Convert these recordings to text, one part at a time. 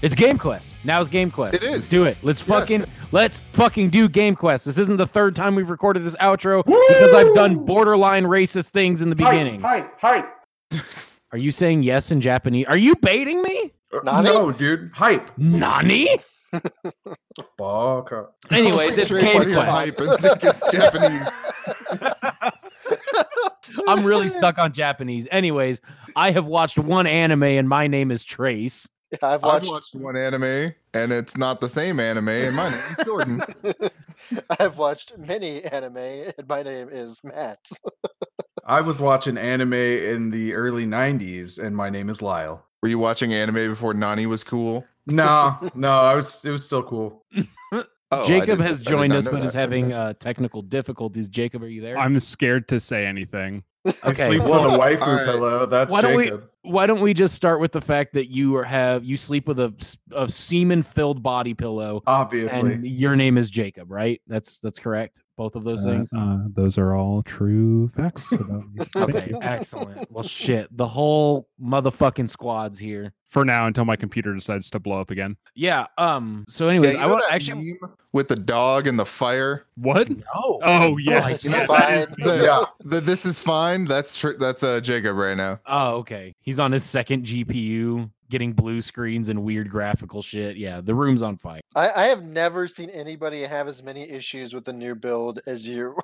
It's Game Quest. Now it's Game Quest. It is. Let's do it. Let's Yes. fucking let's fucking do Game Quest. This isn't the third time we've recorded this outro because I've done borderline racist things in the beginning. Hi, hi, Are you saying yes in Japanese? Are you baiting me? Nani? Uh, No, dude. Hype. Nani? Fuck up. Anyways, it's Straight Game out your Quest. hype and think it's Japanese. I'm really stuck on Japanese. Anyways, I have watched one anime and my name is Trace. Yeah, I've I've watched, watched one anime, and it's not the same anime. And my name is Jordan. I've watched many anime, and my name is Matt. I was watching anime in the early 90s, and my name is Lyle. Were you watching anime before Nani was cool? No, no, I was. It was still cool. Oh, I Jacob didn't- has I did joined not us know but is that. having uh, technical difficulties. Jacob, are you there? I'm scared to say anything. I Okay, sleeps well, on a waifu all right. pillow. That's Why don't we- Jacob. Why don't we just start with the fact that you are have you sleep with a, s- a semen filled body pillow Obviously, and your name is Jacob, right? That's that's correct. Both of those Uh, Uh-huh. things. uh, those are all true facts about me. Thank Okay, you. excellent. Well, shit, the whole motherfucking squad's here. For now, until my computer decides to blow up again. Yeah. Um. So, Yeah, anyways, you I know want that actually. meme with the dog and the fire. What? No. Oh yes, you yeah, know, that is fine. me. The, Yeah. the this is fine. That's tr- that's uh Jacob right now. Oh, okay. He's on his second GPU, getting blue screens and weird graphical shit. Yeah, the room's on fire. I, I have never seen anybody have as many issues with the new build as you.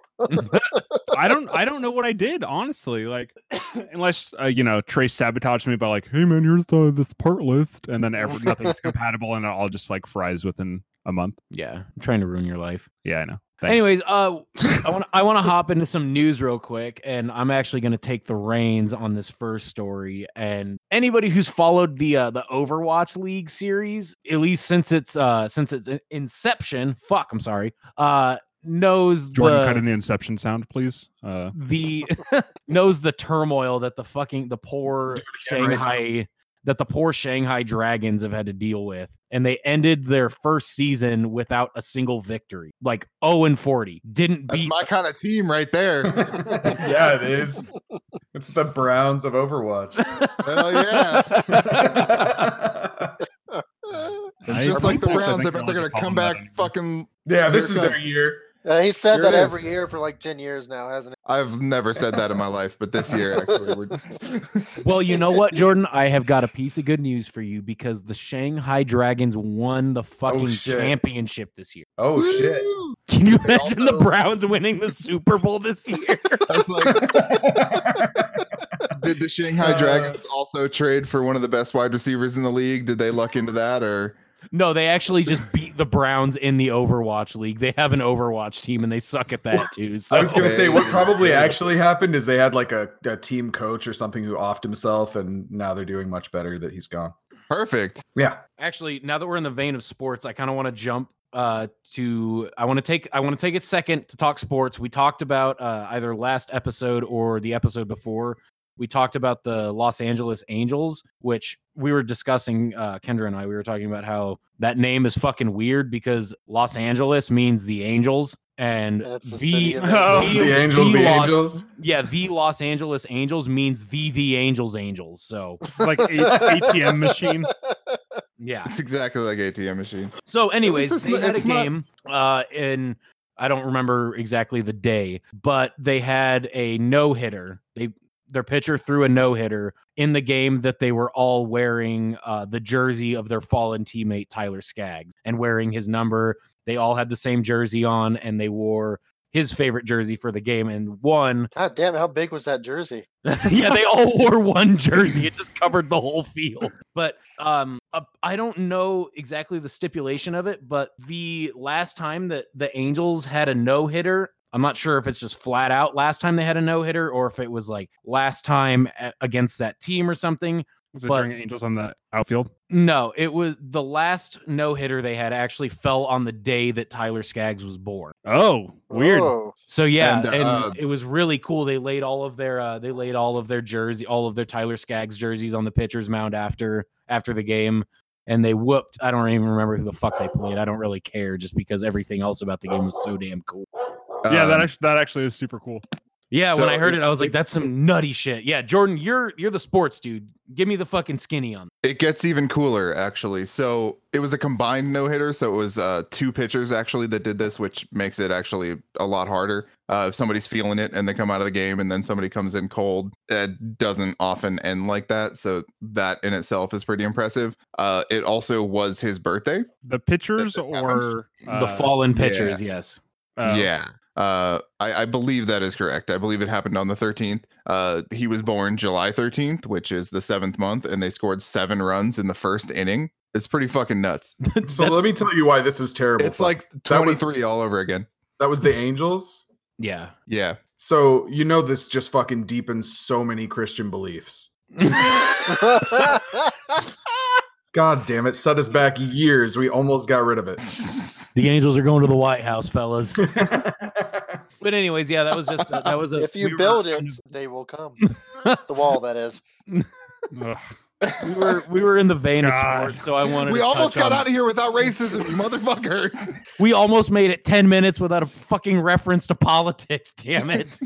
I don't. I don't know what I did honestly. Like, unless uh, you know, Trace sabotaged me by like, "Hey man, here's the this part list," and then every, nothing's compatible, and it all just like fries within a month. Yeah, I'm trying to ruin your life. Yeah, I know. Thanks. Anyways, uh, I want I want to hop into some news real quick, and I'm actually going to take the reins on this first story. And anybody who's followed the uh, the Overwatch League series, at least since its uh since its in- inception, fuck, I'm sorry, uh, knows Jordan, the cut in the Inception sound, please. Uh, the knows the turmoil that the fucking the poor again right now. Shanghai that the poor Shanghai Dragons have had to deal with. And they ended their first season without a single victory. Like 0 and 40. Didn't That's beat my kind of team right there. yeah, it is. It's the Browns of Overwatch. Hell yeah! yeah, And I- just are like the people- I Browns, I think bet no they're gonna one's come calling that back. anymore. Fucking, this Here it is their comes. year. Uh, he said Here it that every is. year for like ten years now, hasn't I've never said that in my life, but this year actually, we're, Well, you know what, Jordan? I have got a piece of good news for you because the Shanghai Dragons won the fucking shit. championship this year. Oh shit! Can you imagine the also- Browns winning the Super Bowl this year? I was like, did the Shanghai Uh, Dragons also trade for one of the best wide receivers in the league? Did they luck into that, or no, they actually just beat the Browns in the Overwatch League. They have an Overwatch team and they suck at that too. So I was gonna say what Okay. probably actually happened is they had like a, a team coach or something who offed himself, and now they're doing much better that he's gone. perfect? Yeah, actually now that we're in the vein of sports i kind of want to jump uh to i want to take i want to take a second to talk sports we talked about uh either last episode or the episode before we talked about the los angeles angels which we were discussing uh kendra and i we were talking about how that name is fucking weird because los angeles means the angels and And it's the the, city of the Angels. Angels, the Los- Angels. yeah the los angeles angels means the the angels angels so it's like a- ATM machine. it? yeah It's exactly like ATM machine. So, anyways, it's they not- had a it's not- game uh, in I don't remember exactly the day, but they had a no hitter. They their pitcher threw a no hitter in the game that they were all wearing uh, the jersey of their fallen teammate Tyler Skaggs and wearing his number. They all had the same jersey on, and they wore his favorite jersey for the game. And one, God damn, how big was that jersey? yeah, they all wore one jersey. It just covered the whole field. But um, uh, I don't know exactly the stipulation of it. But the last time that the Angels had a no hitter, I'm not sure if it's just flat out last time they had a no hitter or if it was like last time a- against that team or something. Was it But- during Angels on the outfield? No, it was the last no hitter they had actually fell on the day that Tyler Skaggs was born. Oh, weird. Oh, So yeah, and, And, uh, it was really cool. They laid all of their uh, they laid all of their jersey, all of their Tyler Skaggs jerseys on the pitcher's mound after after the game, and they whooped. I don't even remember who the fuck they played. I don't really care just because everything else about the game was so damn cool. yeah, that Um, actually, that actually is super cool. Yeah, when I So heard it- it, I was like, it- "That's some nutty shit." Yeah, Jordan, you're you're the sports dude. Give me the fucking skinny on. It gets even cooler, actually. So it was a combined no hitter. So it was uh, two pitchers actually that did this, which makes it actually a lot harder. Uh, if somebody's feeling it and they come out of the game, and then somebody comes in cold, that doesn't often end like that. So that in itself is pretty impressive. Uh, it also was his birthday. The pitchers this happened? or the uh, fallen yeah. pitchers, yes. uh, yeah. Uh, I, I believe that is correct. I believe it happened on the 13th. Uh, he was born July 13th, which is the seventh month, and they scored seven runs in the first inning. It's pretty fucking nuts. So let me tell you why this is terrible. It's Fuck. like That was- 23 all over again. that was the Angels. Yeah. Yeah. So you know this just fucking deepens so many Christian beliefs. God damn it, set us back years. We almost got rid of it. The Angels are going to the White House, fellas. That's But anyways, yeah, that was just a, that was a. if you we were build it, kind they will come. the wall, that is. ugh. of- we were we were in the vein God. of sports, so I wanted. we to almost touch got on- out of here without racism, you motherfucker. We almost made it ten minutes without a fucking reference to politics. Damn it!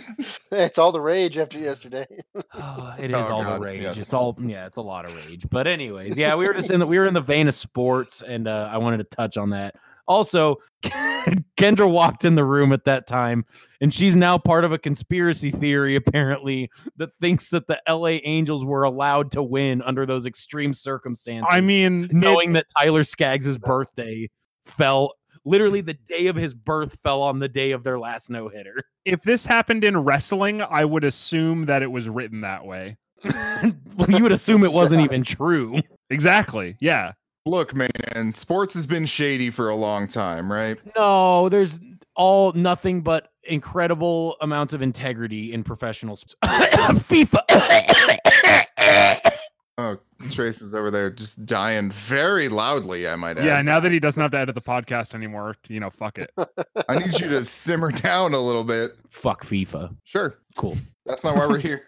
It's all the rage after yesterday. Oh, it is Oh, all God, the rage. yes. It's all yeah, it's a lot of rage. But anyways, yeah, we were just in the we were in the vein of sports, and uh, I wanted to touch on that. Also, Kendra walked in the room at that time, and she's now part of a conspiracy theory apparently that thinks that the L.A. Angels were allowed to win under those extreme circumstances. I mean, knowing that Tyler Skaggs' birthday fell literally the day of his birth fell on the day of their last no hitter. if this happened in wrestling, I would assume that it was written that way. well, you would assume it wasn't Yeah. even true. Exactly. Yeah. Look, man, sports has been shady for a long time, right? No, there's all nothing but incredible amounts of integrity in professional sports. FIFA. Oh, Trace is over there just dying very loudly, I might add. Yeah. Now that he doesn't have to edit the podcast anymore, you know, fuck it. I need you to simmer down a little bit. Fuck FIFA. Sure. Cool. That's not why we're here.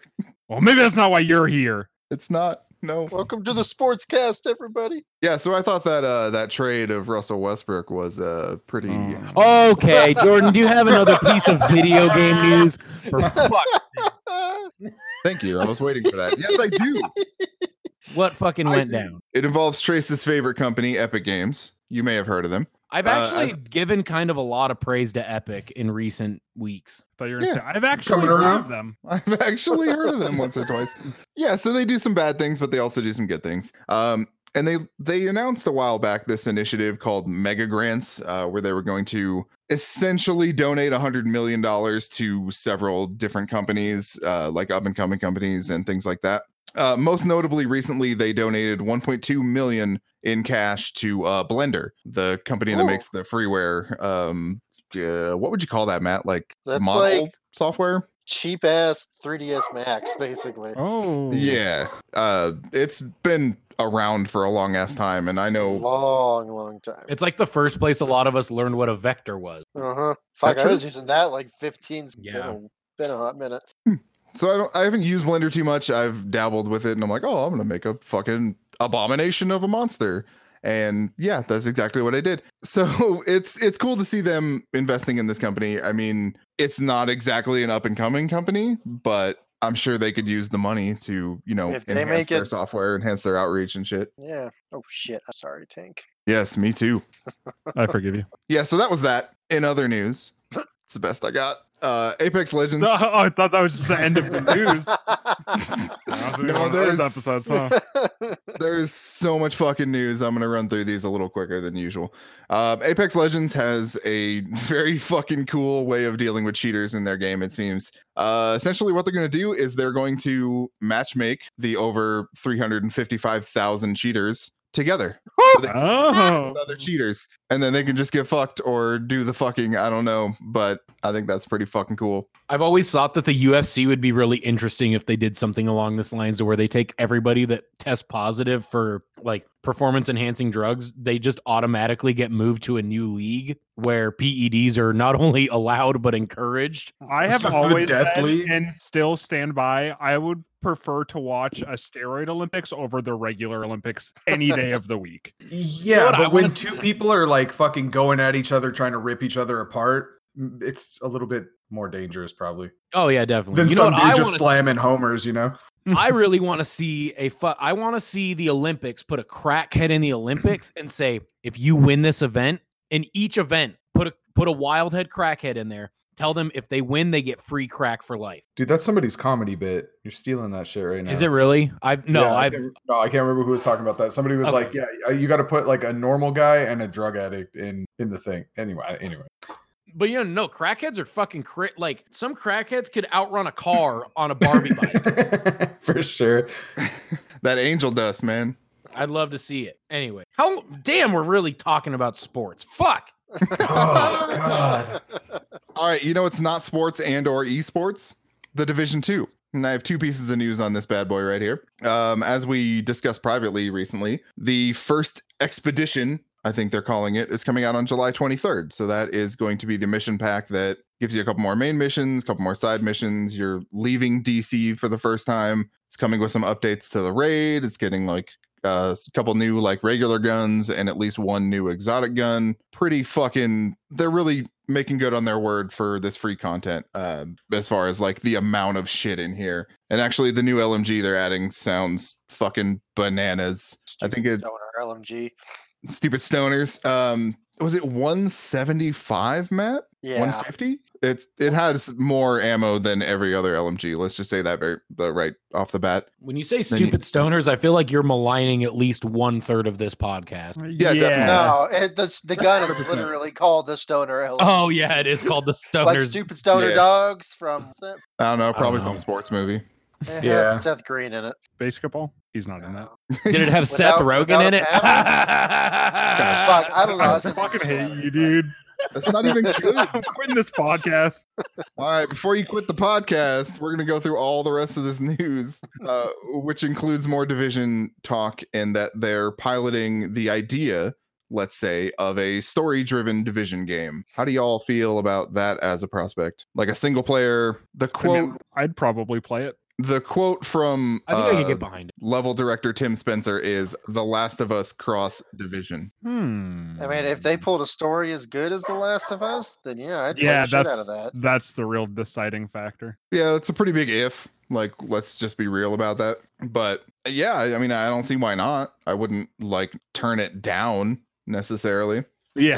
Well, maybe that's not why you're here. It's not. No. Welcome to the sports cast, everybody. Yeah, so I thought that uh that trade of Russell Westbrook was uh pretty Mm. Okay, Jordan, do you have another piece of video game news? For fuck, Ah. Thank you. I was waiting for that. Yes, I do. what fucking I went do. down? It involves Trace's favorite company, Epic Games. You may have heard of them. I've Uh, actually given kind of a lot of praise to Epic in recent weeks. Thought you were gonna Yeah. say, I've actually Coming heard around. of them. I've actually heard of them once or twice. Yeah, so they do some bad things, but they also do some good things. Um, and they they announced a while back this initiative called Mega Grants, uh, where they were going to essentially donate hundred million dollars to several different companies, uh, like up and coming companies and things like that. Uh, most notably, recently they donated 1.2 million in cash to uh, Blender, the company that Ooh. makes the freeware. Um, uh, what would you call that, Matt? Like That's model like- software? Cheap ass 3DS Max, basically. Hmm. Oh. Yeah. Uh it's been around for a long ass time and I know Long, long time. It's like the first place a lot of us learned what a vector was. Uh huh. Fuck, I true? was using that like 15. Yeah. Yeah. Been a hot minute. so I don't I haven't used Blender too much. I've dabbled with it and I'm like, "Oh, I'm going to make a fucking abomination of a monster." And yeah, that's exactly what I did. So it's it's cool to see them investing in this company. I mean, it's not exactly an up and coming company, but I'm sure they could use the money to, you know, If they enhance make their it- software, enhance their outreach and shit. Yeah. Oh shit. I'm sorry, Tank. Yes, me too. I forgive you. Yeah, so that was that. In other news, it's the best I got. Uh Apex Legends. oh, I thought that was just the end of the news. That was one no, of those there's, episodes, huh? there's so much fucking news. I'm gonna run through these a little quicker than usual. Um, Apex Legends has a very fucking cool way of dealing with cheaters in their game. It seems. Uh, essentially, what they're gonna do is they're going to matchmake the over 355,000 cheaters together. So they Oh. with other cheaters and then they can just get fucked or do the fucking i don't know but i think that's pretty fucking cool I've always thought that the UFC would be really interesting if they did something along this lines to where they take everybody that tests positive for like performance enhancing drugs, they just automatically get moved to a new league where PEDs are not only allowed but encouraged. I It's have just the always death said, league. and still stand by. I would prefer to watch a steroid Olympics over the regular Olympics any day of the week. Yeah, what, I wanna but when see- two people are like fucking going at each other, trying to rip each other apart, mm, it's a little bit more dangerous probably Oh yeah, definitely. than you know some what I dude want just slamming homers. You know, I really want to see a fu- I want to see the Olympics put a crackhead in the Olympics and say if you win this event in each event put a put a wild head crackhead in there. Tell them if they win they get free crack for life. dude, that's somebody's comedy bit. You're stealing that shit right now. Is it really? I've no, Yeah, I I've can't- no, I can't remember who was talking about that. Somebody was Okay. like, "Yeah, uh, you got to put like a normal guy and a drug addict in in the thing." Anyway, anyway, but you know no crackheads are fucking crit like some crackheads could outrun a car on a Barbie bike. for sure. that angel dust, man. I'd love to see it. Anyway, how damn we're really talking about sports. Fuck. Oh, Oh, God. All right, you know it's not sports and or esports, the Division 2. And I have two pieces of news on this bad boy right here. Um, as we discussed privately recently, the first expedition, I think they're calling it, is coming out on July 23rd. So that is going to be the mission pack that gives you a couple more main missions, a couple more side missions. You're leaving DC for the first time. It's coming with some updates to the raid. It's getting like uh, a couple new like regular guns and at least one new exotic gun. Pretty fucking. They're really making good on their word for this free content uh, as far as like the amount of shit in here. And actually, the new LMG they're adding sounds fucking bananas. I think Stupid it- Stoner LMG. Stupid stoners. Um, was it 175, Matt? Yeah, 150 it's it has more ammo than every other lmg let's just say that very uh, right off the bat When you say Then you- stupid stoners, I feel like you're maligning at least one third of this podcast. Yeah, definitely. no, it, that's the gun is literally called the Stoner LMG. Oh yeah, it is called the stoners. like stupid stoner Yeah. dogs from i don't know don't probably know. some sports movie Yeah. yeah. Seth Green in it. Basketball? He's not in that. Did it have Seth Without- Rogen without in it? Adam? Fuck, I don't know. Ah, I I've seen fucking it. hate you, dude. that's not even good I'm quitting this podcast. All right, before you quit the podcast, we're going to go through all the rest of this news, uh, which includes more division talk and that they're piloting the idea, let's say, of a story driven division game. How do y'all feel about that as a prospect? Like a single player, the I quote, mean, I'd probably play it. the quote from I think I uh, can get behind it. level director Tim Spencer is The Last of Us Cross Division. Hmm. I mean, if they pulled a story as good as The Last of Us, then yeah, I'd play yeah, the shit that's out of that. that's the real deciding factor. Yeah, that's a pretty big if. Like, let's just be real about that. But yeah, I I mean, I don't see why not. I wouldn't like turn it down necessarily. Yeah,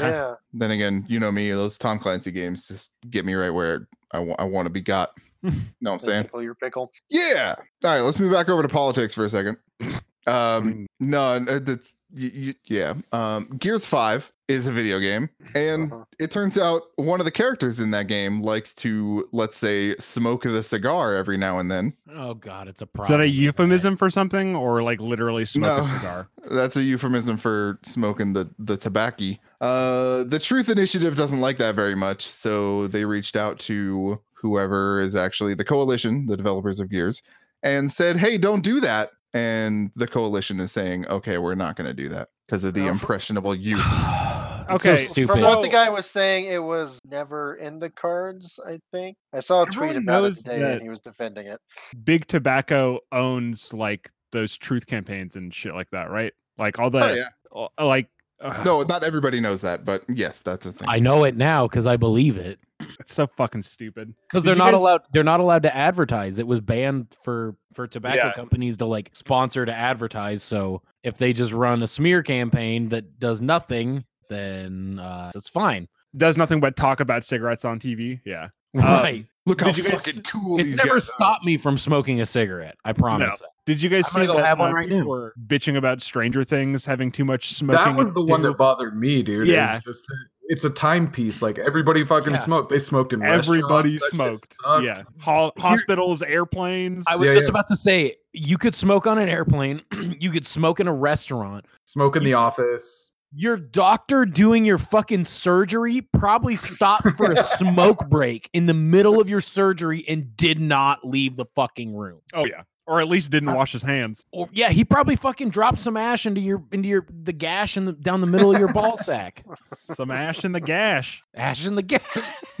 Yeah. Then again, you know me, those Tom Clancy games just get me right where I want to be got. know what I'm yeah. saying? Pickle your pickle. Yeah. All right, let's move back over to politics for a second. Um, mean- no, n- uh, that's y- y- yeah. Um, Gears Five is a video game, and Uh-huh. it turns out one of the characters in that game likes to, let's say, smoke the cigar every now and then. Oh god, it's a is problem. that a isn't it? euphemism for something, or like literally smoke a No. cigar? That's a euphemism for smoking the the tobacco. Uh, the Truth Initiative doesn't like that very much, so they reached out to whoever is actually the coalition, the developers of Gears, and said, "Hey, don't do that." And the coalition is saying, "Okay, we're not going to do that because of the No. impressionable youth." It's so Okay, stupid. From what the So- guy was saying, it was never in the cards, I think. I saw a tweet Everyone about it knows today that- and he was defending it. Big Tobacco owns like those truth campaigns and shit like that, right? Like all Oh, the yeah. all- uh, like. ugh, No, not everybody knows that, but yes, that's a thing. I know it now because I believe it. it's so fucking stupid. Because Did they're you not guys- allowed. They're not allowed to advertise. It was banned for for tobacco Yeah. companies to like sponsor to advertise. So if they just run a smear campaign that does nothing, then uh, it's fine. Does nothing but talk about cigarettes on TV. Yeah, right. Look how Did you guys- fucking cool It's these uh, never guys are. stopped me from smoking a cigarette. I promise. Did you guys I'm see gonna go that have one uh, right people now. were bitching about Stranger Things having too much smoking? that was and the one do? that bothered me, dude. Yeah. it's, just that it's a timepiece. Like everybody fucking Yeah. smoked. They smoked in everybody restaurants. That shit smoked. sucked. Yeah, Ho- hospitals, airplanes. I was Yeah, just yeah. about to say you could smoke on an airplane, you could smoke in a restaurant. smoke in the office. Your doctor doing your fucking surgery probably stopped for a smoke break in the middle of your surgery and did not leave the fucking room. oh yeah, or at least didn't wash his hands. Or yeah, he probably fucking dropped some ash into your into your the gash in the, down the middle of your ball sack. Some ash in the gash. Ash in the gash.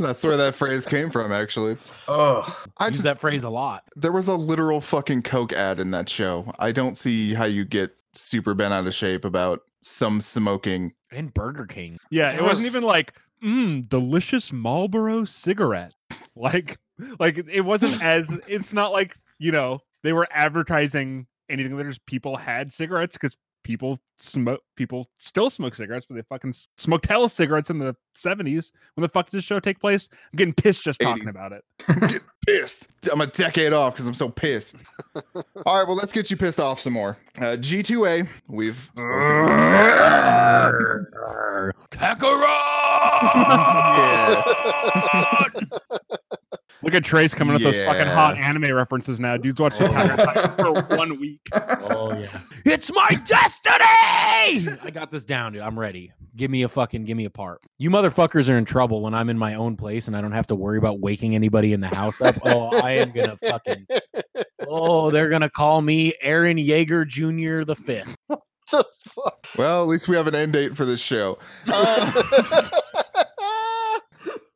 That's where that phrase came from, actually. Oh, I Use just that phrase a lot. there was a literal fucking coke ad in that show i don't see how you get super bent out of shape about some smoking And Burger King. Yeah, There it wasn't was- even like mm, delicious Marlboro cigarette. Like, like it wasn't as. It's not like you know they were advertising anything. There's people had cigarettes because people smoke. People still smoke cigarettes, but they fucking s- smoked hell cigarettes in the '70s. When the fuck does this show take place? I'm getting pissed just talking 80s. about it. pissed. I'm a decade off because I'm so pissed. All right, well, let's get you pissed off some more. Uh, G2A, we've. Kakarot! Look at Trace coming with those fucking hot Yeah. anime references now. Dude's watched Attack on Titan for one week. Oh yeah. It's my destiny. I got this down, dude. I'm ready. Give me a fucking give me a part. You motherfuckers are in trouble when I'm in my own place and I don't have to worry about waking anybody in the house up. Oh, I am gonna fucking Oh, they're gonna call me Aaron Yeager Jr. the fifth. the fuck? Well, at least we have an end date for this show. Uh,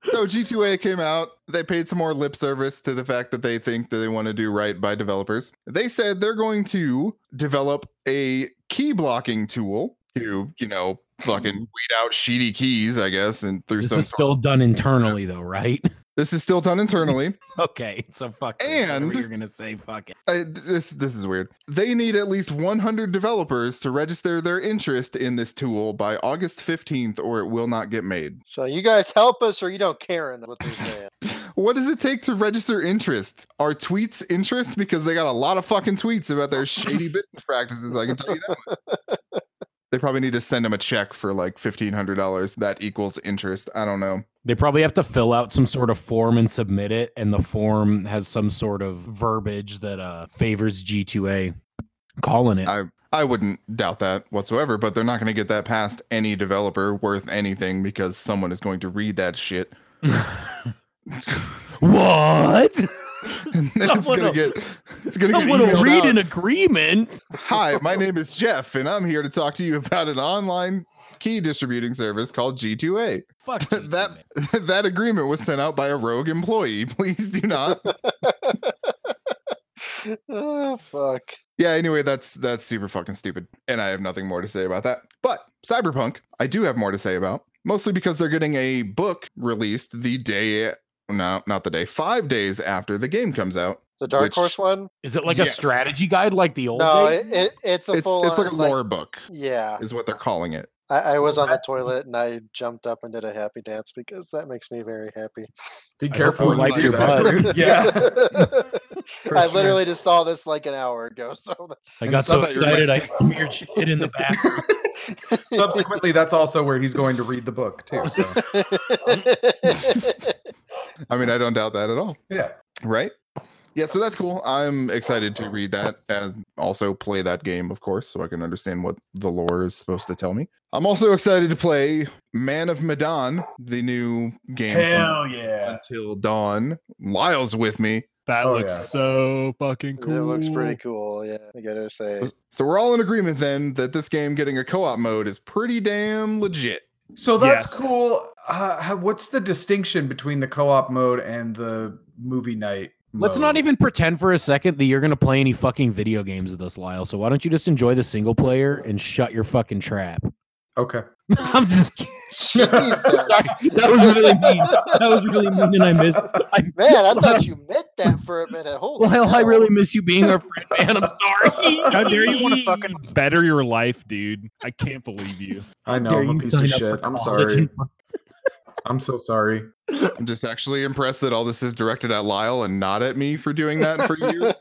so G2A came out. They paid some more lip service to the fact that they think that they want to do right by developers. They said they're going to develop a key blocking tool to, you know, fucking weed out shitty keys, I guess, and through This some. is sort- still done internally though, right? this is still done internally. Okay, so fuck. this. Whatever And- you're gonna say fuck it. I, this this is weird. They need at least 100 developers to register their interest in this tool by August 15th, or it will not get made. so you guys help us, or you don't care enough what they're saying. What does it take to register interest? Are tweets interest? Because they got a lot of fucking tweets about their shady business practices. I can tell you that. Much. They probably need to send them a check for like fifteen hundred dollars. That equals interest. I don't know. They probably have to fill out some sort of form and submit it, and the form has some sort of verbiage that uh, favors G2A calling it. I- I wouldn't doubt that whatsoever. But they're not going to get that past any developer worth anything because someone is going to read that shit. what? And then it's Someone gonna will- get it's gonna get someone will emailed read out. an agreement. Hi, my name is Jeff, and I'm here to talk to you about an online key distributing service called G2A. Fuck That G2A. that agreement was sent out by a rogue employee. Please do not. oh fuck. Yeah, anyway, that's that's super fucking stupid. And I have nothing more to say about that. But Cyberpunk, I do have more to say about. Mostly because they're getting a book released the day no, not the day, five days after the game comes out. The Dark Which- Horse one? Is it like a Yes. strategy guide, like the old? No, days? it, it, it's a It's full. it's like a lore book, Yeah, is what they're calling it. I, I was on the toilet and I jumped up and did a happy dance because that makes me very happy. Be hope careful you when you like do your that. butt. dude. Yeah. For I sure. literally just saw this like an hour ago. So I and got so some that excited you're I smeared shit in the back. Subsequently, that's also where he's going to read the book too. So that's. I mean, I don't doubt that at all. yeah, right? Yeah, so that's cool. I'm excited to read that and also play that game, of course, so I can understand what the lore is supposed to tell me. I'm also excited to play Man of Medan, the new game from yeah. Until Dawn. Lyle's with me. That Oh, looks yeah. so fucking cool. It looks pretty cool. Yeah, I gotta say. So we're all in agreement then that this game getting a co-op mode is pretty damn legit. So that's Yes. cool. Uh, how- what's the distinction between the co-op mode and the movie night? Let's not mode? even pretend for a second that you're gonna play any fucking video games with us, Lyle. So why don't you just enjoy the single player and shut your fucking trap? Okay. I'm just kidding. Jesus. That was really mean. That was really mean, and I miss. I, Man, I thought you meant that for a minute. Holy Lyle, I hell. really miss you being our friend, man. I'm sorry. How dare you want to fucking better your life, dude? I can't believe you. I know Dare I'm a you piece sign of up shit. for I'm college sorry. and- I'm so sorry. I'm just actually impressed that all this is directed at Lyle and not at me for doing that for years.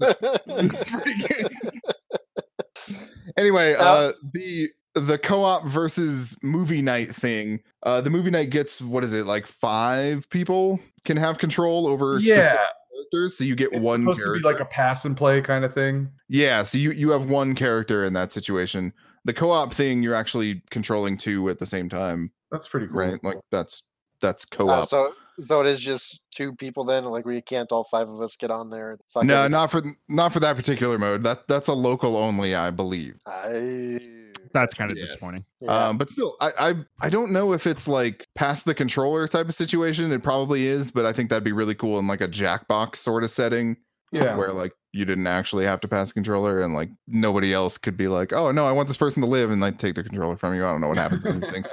This is pretty good. anyway, uh, the the co-op versus movie night thing. Uh, the movie night gets what is it like five people can have control over Yeah, characters, so you get it's one supposed character. to be like a pass and play kind of thing. yeah, so you you have one character in that situation. The co-op thing, you're actually controlling two at the same time, That's pretty cool. right? Like that's that's Oh, co-op. so, so it is just two people then. Like we can't all five of us get on there. And fucking, no, not for not for that particular mode. That that's a local only, I believe. I, That's kind of Yes. disappointing. yeah. Um, but still, I, I I don't know if it's like past the controller type of situation. It probably is, but I think that'd be really cool in like a Jackbox sort of setting Yeah. where like you didn't actually have to pass a controller and like nobody else could be like, oh no, I want this person to live and like take the controller from you. I don't know what happens in these things.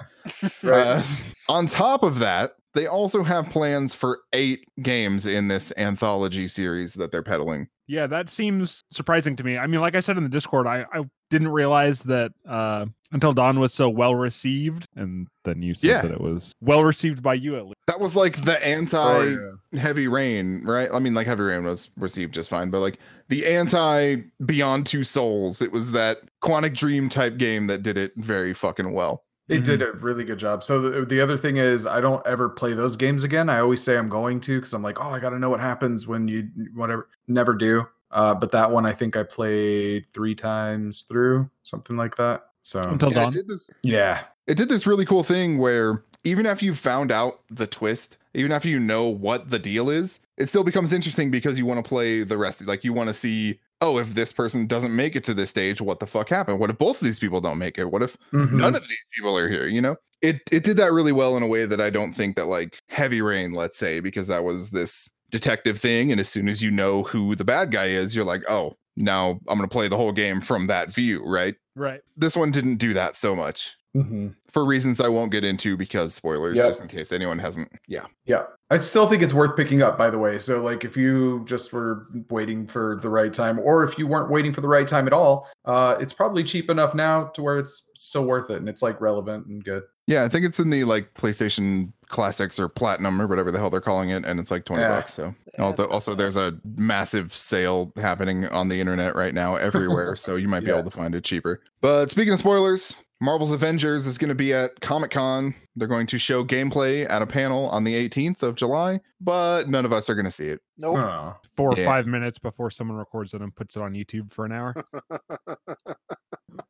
Uh, on top of that, they also have plans for eight games in this anthology series that they're peddling. Yeah, that seems surprising to me. I mean, like I said in the Discord, I, I didn't realize that uh, Until Dawn was so well received, and then you said Yeah. that it was well received by you at least. That was like the anti Oh, yeah. heavy rain, right? I mean, like heavy rain was received just fine, but like the anti Beyond Two Souls, it was that Quantic Dream type game that did it very fucking well. It did Mm-hmm. a really good job. So the, the other thing is, I don't ever play those games again. I always say I'm going to because I'm like, oh, I got to know what happens when you whatever. Never do. Uh, but that one, I think I played three times through, something like that. So Until Um, Yeah, Dawn. it did this. yeah, It did this really cool thing where even after you found out the twist, even after you know what the deal is, it still becomes interesting because you want to play the rest. Like you want to see, oh, if this person doesn't make it to this stage, what the fuck happened? What if both of these people don't make it? What if Mhm. none of these people are here you know it it did that really well in a way that i don't think that like heavy rain let's say because that was this detective thing and as soon as you know who the bad guy is you're like oh now i'm going to play the whole game from that view right Right. this one didn't do that so much Mhm. for reasons i won't get into because spoilers Yep. just in case anyone hasn't yeah Yeah. I still think it's worth picking up, by the way. So, like, if you just were waiting for the right time, or if you weren't waiting for the right time at all, uh, it's probably cheap enough now to where it's still worth it and it's like relevant and good. yeah i think it's in the like playstation classics or platinum or whatever the hell they're calling it and it's like 20 Yeah. bucks so Yeah, Although, it's not also, bad. there's a massive sale happening on the internet right now everywhere, so you might be Yeah. able to find it cheaper. But speaking of spoilers, Marvel's Avengers is going to be at Comic Con. They're going to show gameplay at a panel on the 18th of July, but none of us are going to see it. Nope. Oh. Four or Yeah. five minutes before someone records it and puts it on YouTube for an hour.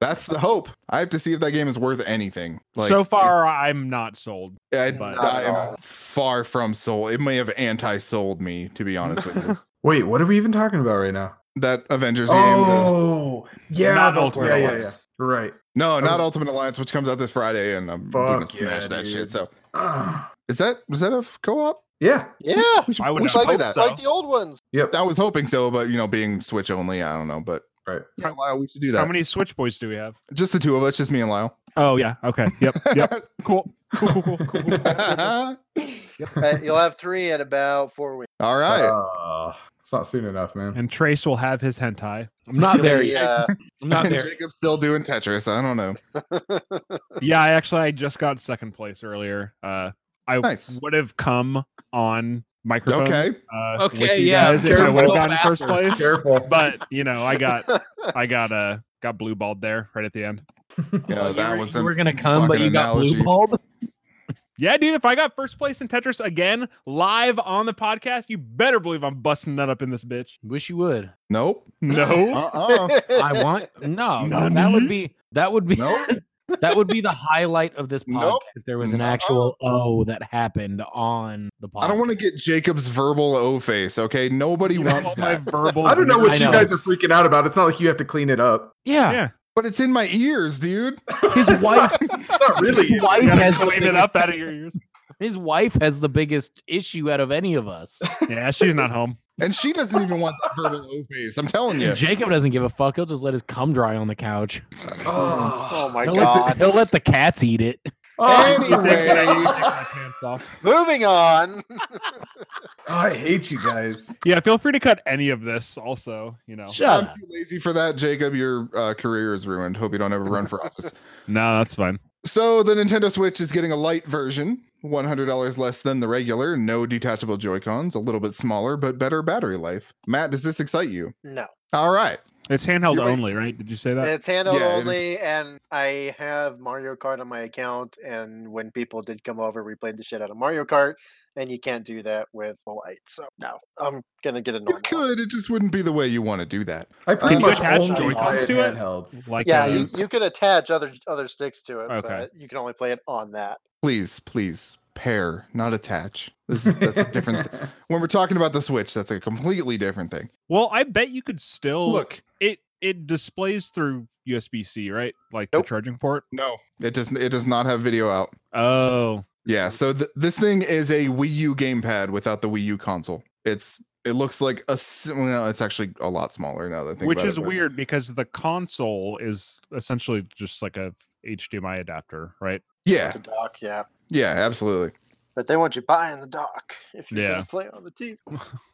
That's the hope. I have to see if that game is worth anything. so far, I'm not sold. I, but- I Not at am all. far from sold. It may have anti-sold me, to be honest with you. Wait, what are we even talking about right now? That Avengers game. the- Oh, yeah. Not that's- Ultimate yeah, yeah, yeah. Alliance. Right. no, not was- Ultimate Alliance, which comes out this Friday, and I'm gonna Fuck smash yeah, that dude. shit. So Ah, Is that was that a f- co-op? yeah. Yeah. We should, I would we not should play hope that. so. Like the old ones. Yep. I was hoping so, but you know, being Switch only, I don't know. But Right. yeah, Lyle, we should do that. How many Switch boys do we have? just the two of us, just me and Lyle. Oh yeah. Okay. Yep. Yep. cool. Cool. Cool. Cool. Cool. cool. Uh, you'll have three in about four weeks. All right. Ah, it's not soon enough, man. And Trace will have his hentai. I'm not there The, yet. uh, I'm not and there. Jacob's still doing Tetris. I don't know. Yeah, I actually I just got second place earlier. Uh, I Nice. would have come on microphone. Okay. Uh, Okay, with you yeah, guys if I careful, would have gotten first bastard. place. Careful. But you know, I got I got uh got blue balled there right at the end. Yeah, that you were, was you an were gonna come, but fucking you got blue analogy. balled. Yeah, dude. If I got first place in Tetris again live on the podcast, you better believe I'm busting that up in this bitch. Wish you would. Nope. No. Uh-uh. I want no. That Nani? would be that would be Mm-hmm. Nope. that would be the highlight of this podcast Nope. if there was an Nuh-uh. actual oh that happened on the podcast. I don't want to get Jacob's verbal O face. Okay. Nobody You know, wants all my that. verbal. I don't know grievance. what I know. you guys are freaking out about. It's not like you have to clean it up. yeah. Yeah. But it's in my ears, dude. His It's wife not- it's not really. His wife You gotta has clean it up out of your ears. his wife has the biggest issue out of any of us. Yeah, she's not home. And she doesn't even want that verbal O face. I'm telling you. Jacob doesn't give a fuck. He'll just let his cum dry on the couch. oh my He'll let, the, god. he'll let the cats eat it. Oh. Anyway. Moving on. I hate you guys. Yeah, feel free to cut any of this. Also, you know. Shut I'm up. too lazy for that, Jacob. Your uh, career is ruined. Hope you don't ever run for office. No, that's fine. So the Nintendo Switch is getting a light version, $100 less than the regular, no detachable Joy-Cons, a little bit smaller but better battery life. Matt, does this excite you? No. All right. It's handheld You're right. only, right? Did you say that? It's handheld Uh, Yeah, it is. only, and I have Mario Kart on my account. And when people did come over, we played the shit out of Mario Kart, and you can't do that with the light. So no, I'm gonna get a You normal. one. could, it just wouldn't be the way you want to do that. I pretty you much attach only Joy-Cons buy it to it? handheld. Like, Yeah, uh, you, you could attach other other sticks to it, Okay. but you can only play it on that. Please, please pair, not attach. This is that's a different when we're talking about the Switch, that's a completely different thing. well, I bet you could still Look, It it displays through USB C, right? Like Nope. the charging port. no, it does it does not have video out. Oh, Yeah, so th- this thing is a Wii U gamepad without the Wii U console. It's It looks like a. s- well, No, it's actually a lot smaller now that I think which about it, is but- weird because the console is essentially just like a HDMI adapter, right? Yeah, The dock, yeah. yeah, absolutely. But they want you buying the dock if you're Yeah. gonna play on the TV.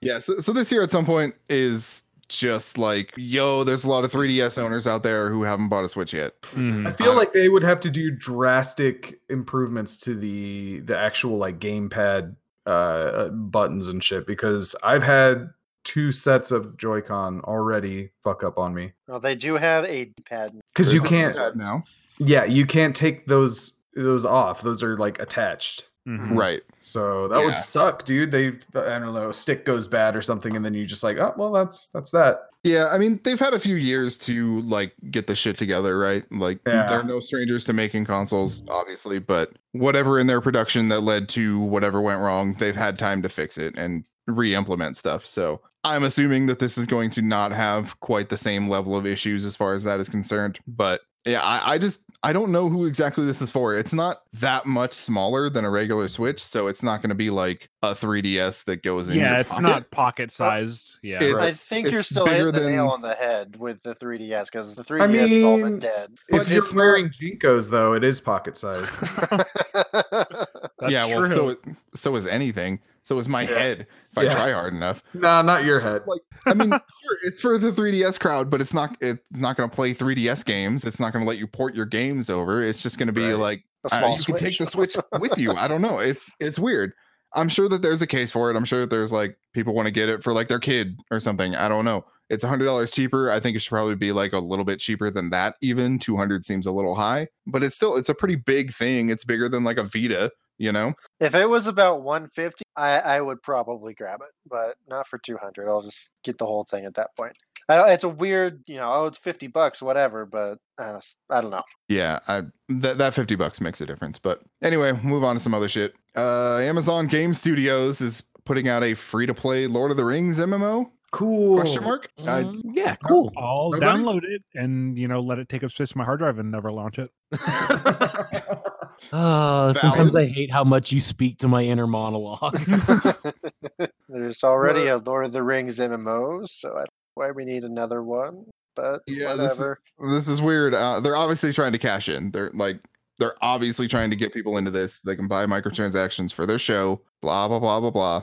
Yeah, so, so this year at some point is just like, yo, there's a lot of 3DS owners out there who haven't bought a Switch yet. I I feel don't- like they would have to do drastic improvements to the the actual like gamepad uh, uh, buttons and shit because I've had two sets of Joy-Con already fuck up on me Well, they do have a D-pad. because you There's a can't. D-pad now, Yeah, you can't take those those off. Those are like attached. Mhm. right? So that Yeah. would suck, dude. They I don't know, stick goes bad or something, and then you just like, oh well, that's that's that. Yeah, I mean they've had a few years to like get the shit together, right? Like Yeah. they're no strangers to making consoles, obviously, but whatever in their production that led to whatever went wrong, they've had time to fix it and re-implement stuff. So I'm assuming that this is going to not have quite the same level of issues as far as that is concerned. But yeah, I, I just I don't know who exactly this is for. It's not that much smaller than a regular Switch, so it's not going to be like a 3DS that goes in. Yeah, your it's pocket. not pocket sized. Yeah, It's- I think you're it's still hitting bigger the nail than- on the head with the 3DS because the 3DS is all mean- but dead. But if you're it's not- wearing Jinkos though, it is pocket size. that's yeah, well, true. so it- so is anything. So is my Yeah. head if I Yeah. try hard enough. nah, not your head. Like, I mean, sure, it's for the 3DS crowd, but it's not it's not going to play 3DS games. It's not going to let you port your games over. It's just going to be Right. like a uh, small you Switch. can take the Switch with you. I don't know. It's it's weird. I'm sure that there's a case for it. I'm sure that there's like people want to get it for like their kid or something. I don't know. It's hundred dollars cheaper. I think it should probably be like a little bit cheaper than that. Even two hundred seems a little high, but it's still it's a pretty big thing. It's bigger than like a Vita, you know. If it was about 150, I, I would probably grab it, but not for 200. I'll just get the whole thing at that point. I don't, it's a weird, you know, oh, it's 50 bucks, whatever, but I don't, I don't know. Yeah, I that that 50 bucks makes a difference. But anyway, move on to some other shit. Uh Amazon Game Studios is putting out a free-to-play Lord of the Rings MMO? Cool. Question mark? I- yeah, cool. I'll Nobody- download it and you know let it take up space in my hard drive and never launch it. Uh, sometimes I Valid. hate how much you speak to my inner monologue. There's already a Lord of the Rings MMO, so I don't know why we need another one, but Yeah, this is- whatever. Mm-hmm. this is weird. Uh, they're obviously trying to cash in. They're like they're obviously trying to get people into this. They can buy microtransactions for their show, blah blah blah blah blah.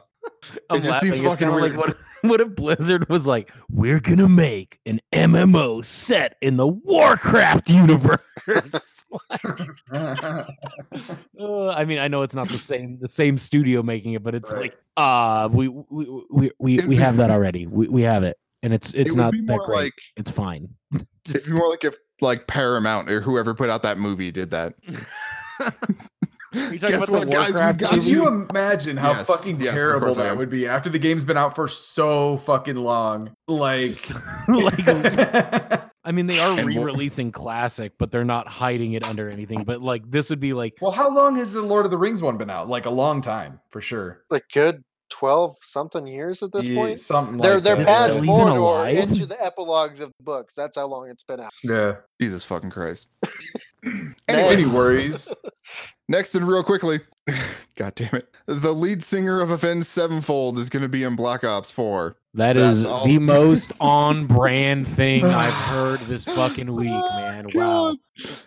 I'm It just laughing. seems it's fucking kind of like what, what if Blizzard was like, "We're gonna make an MMO set in the Warcraft universe." Uh, I mean, I know it's not the same the same studio making it, but it's Right. like, ah, we we we we, It'd we be- have that already. We we have it, and it's it's would not be that more great. like it's fine. it'd Just, be more like if like Paramount or whoever put out that movie did that. talking Guess about what, the guys? Warcraft We got Could movie? you. you imagine how Yes, fucking yes, of terrible course I that am. would be after the game's been out for so fucking long? Like, like, I mean, they are And we'll- re-releasing classic, but they're not hiding it under anything. But like, this would be like, well, how long has the Lord of the Rings one been out? Like a long time for sure. Like good 12 something years at this Yeah, point. something They're like they're Is it that. past still even Mordor alive? into the epilogues of books. That's how long it's been out. Yeah. Jesus fucking Christ. Next. anyway, Any worries? Next and real quickly. God damn it. The lead singer of Avenged Sevenfold is going to be in Black Ops 4. that That's is all. the most on-brand thing I've heard this fucking week, Oh, man. Wow. God.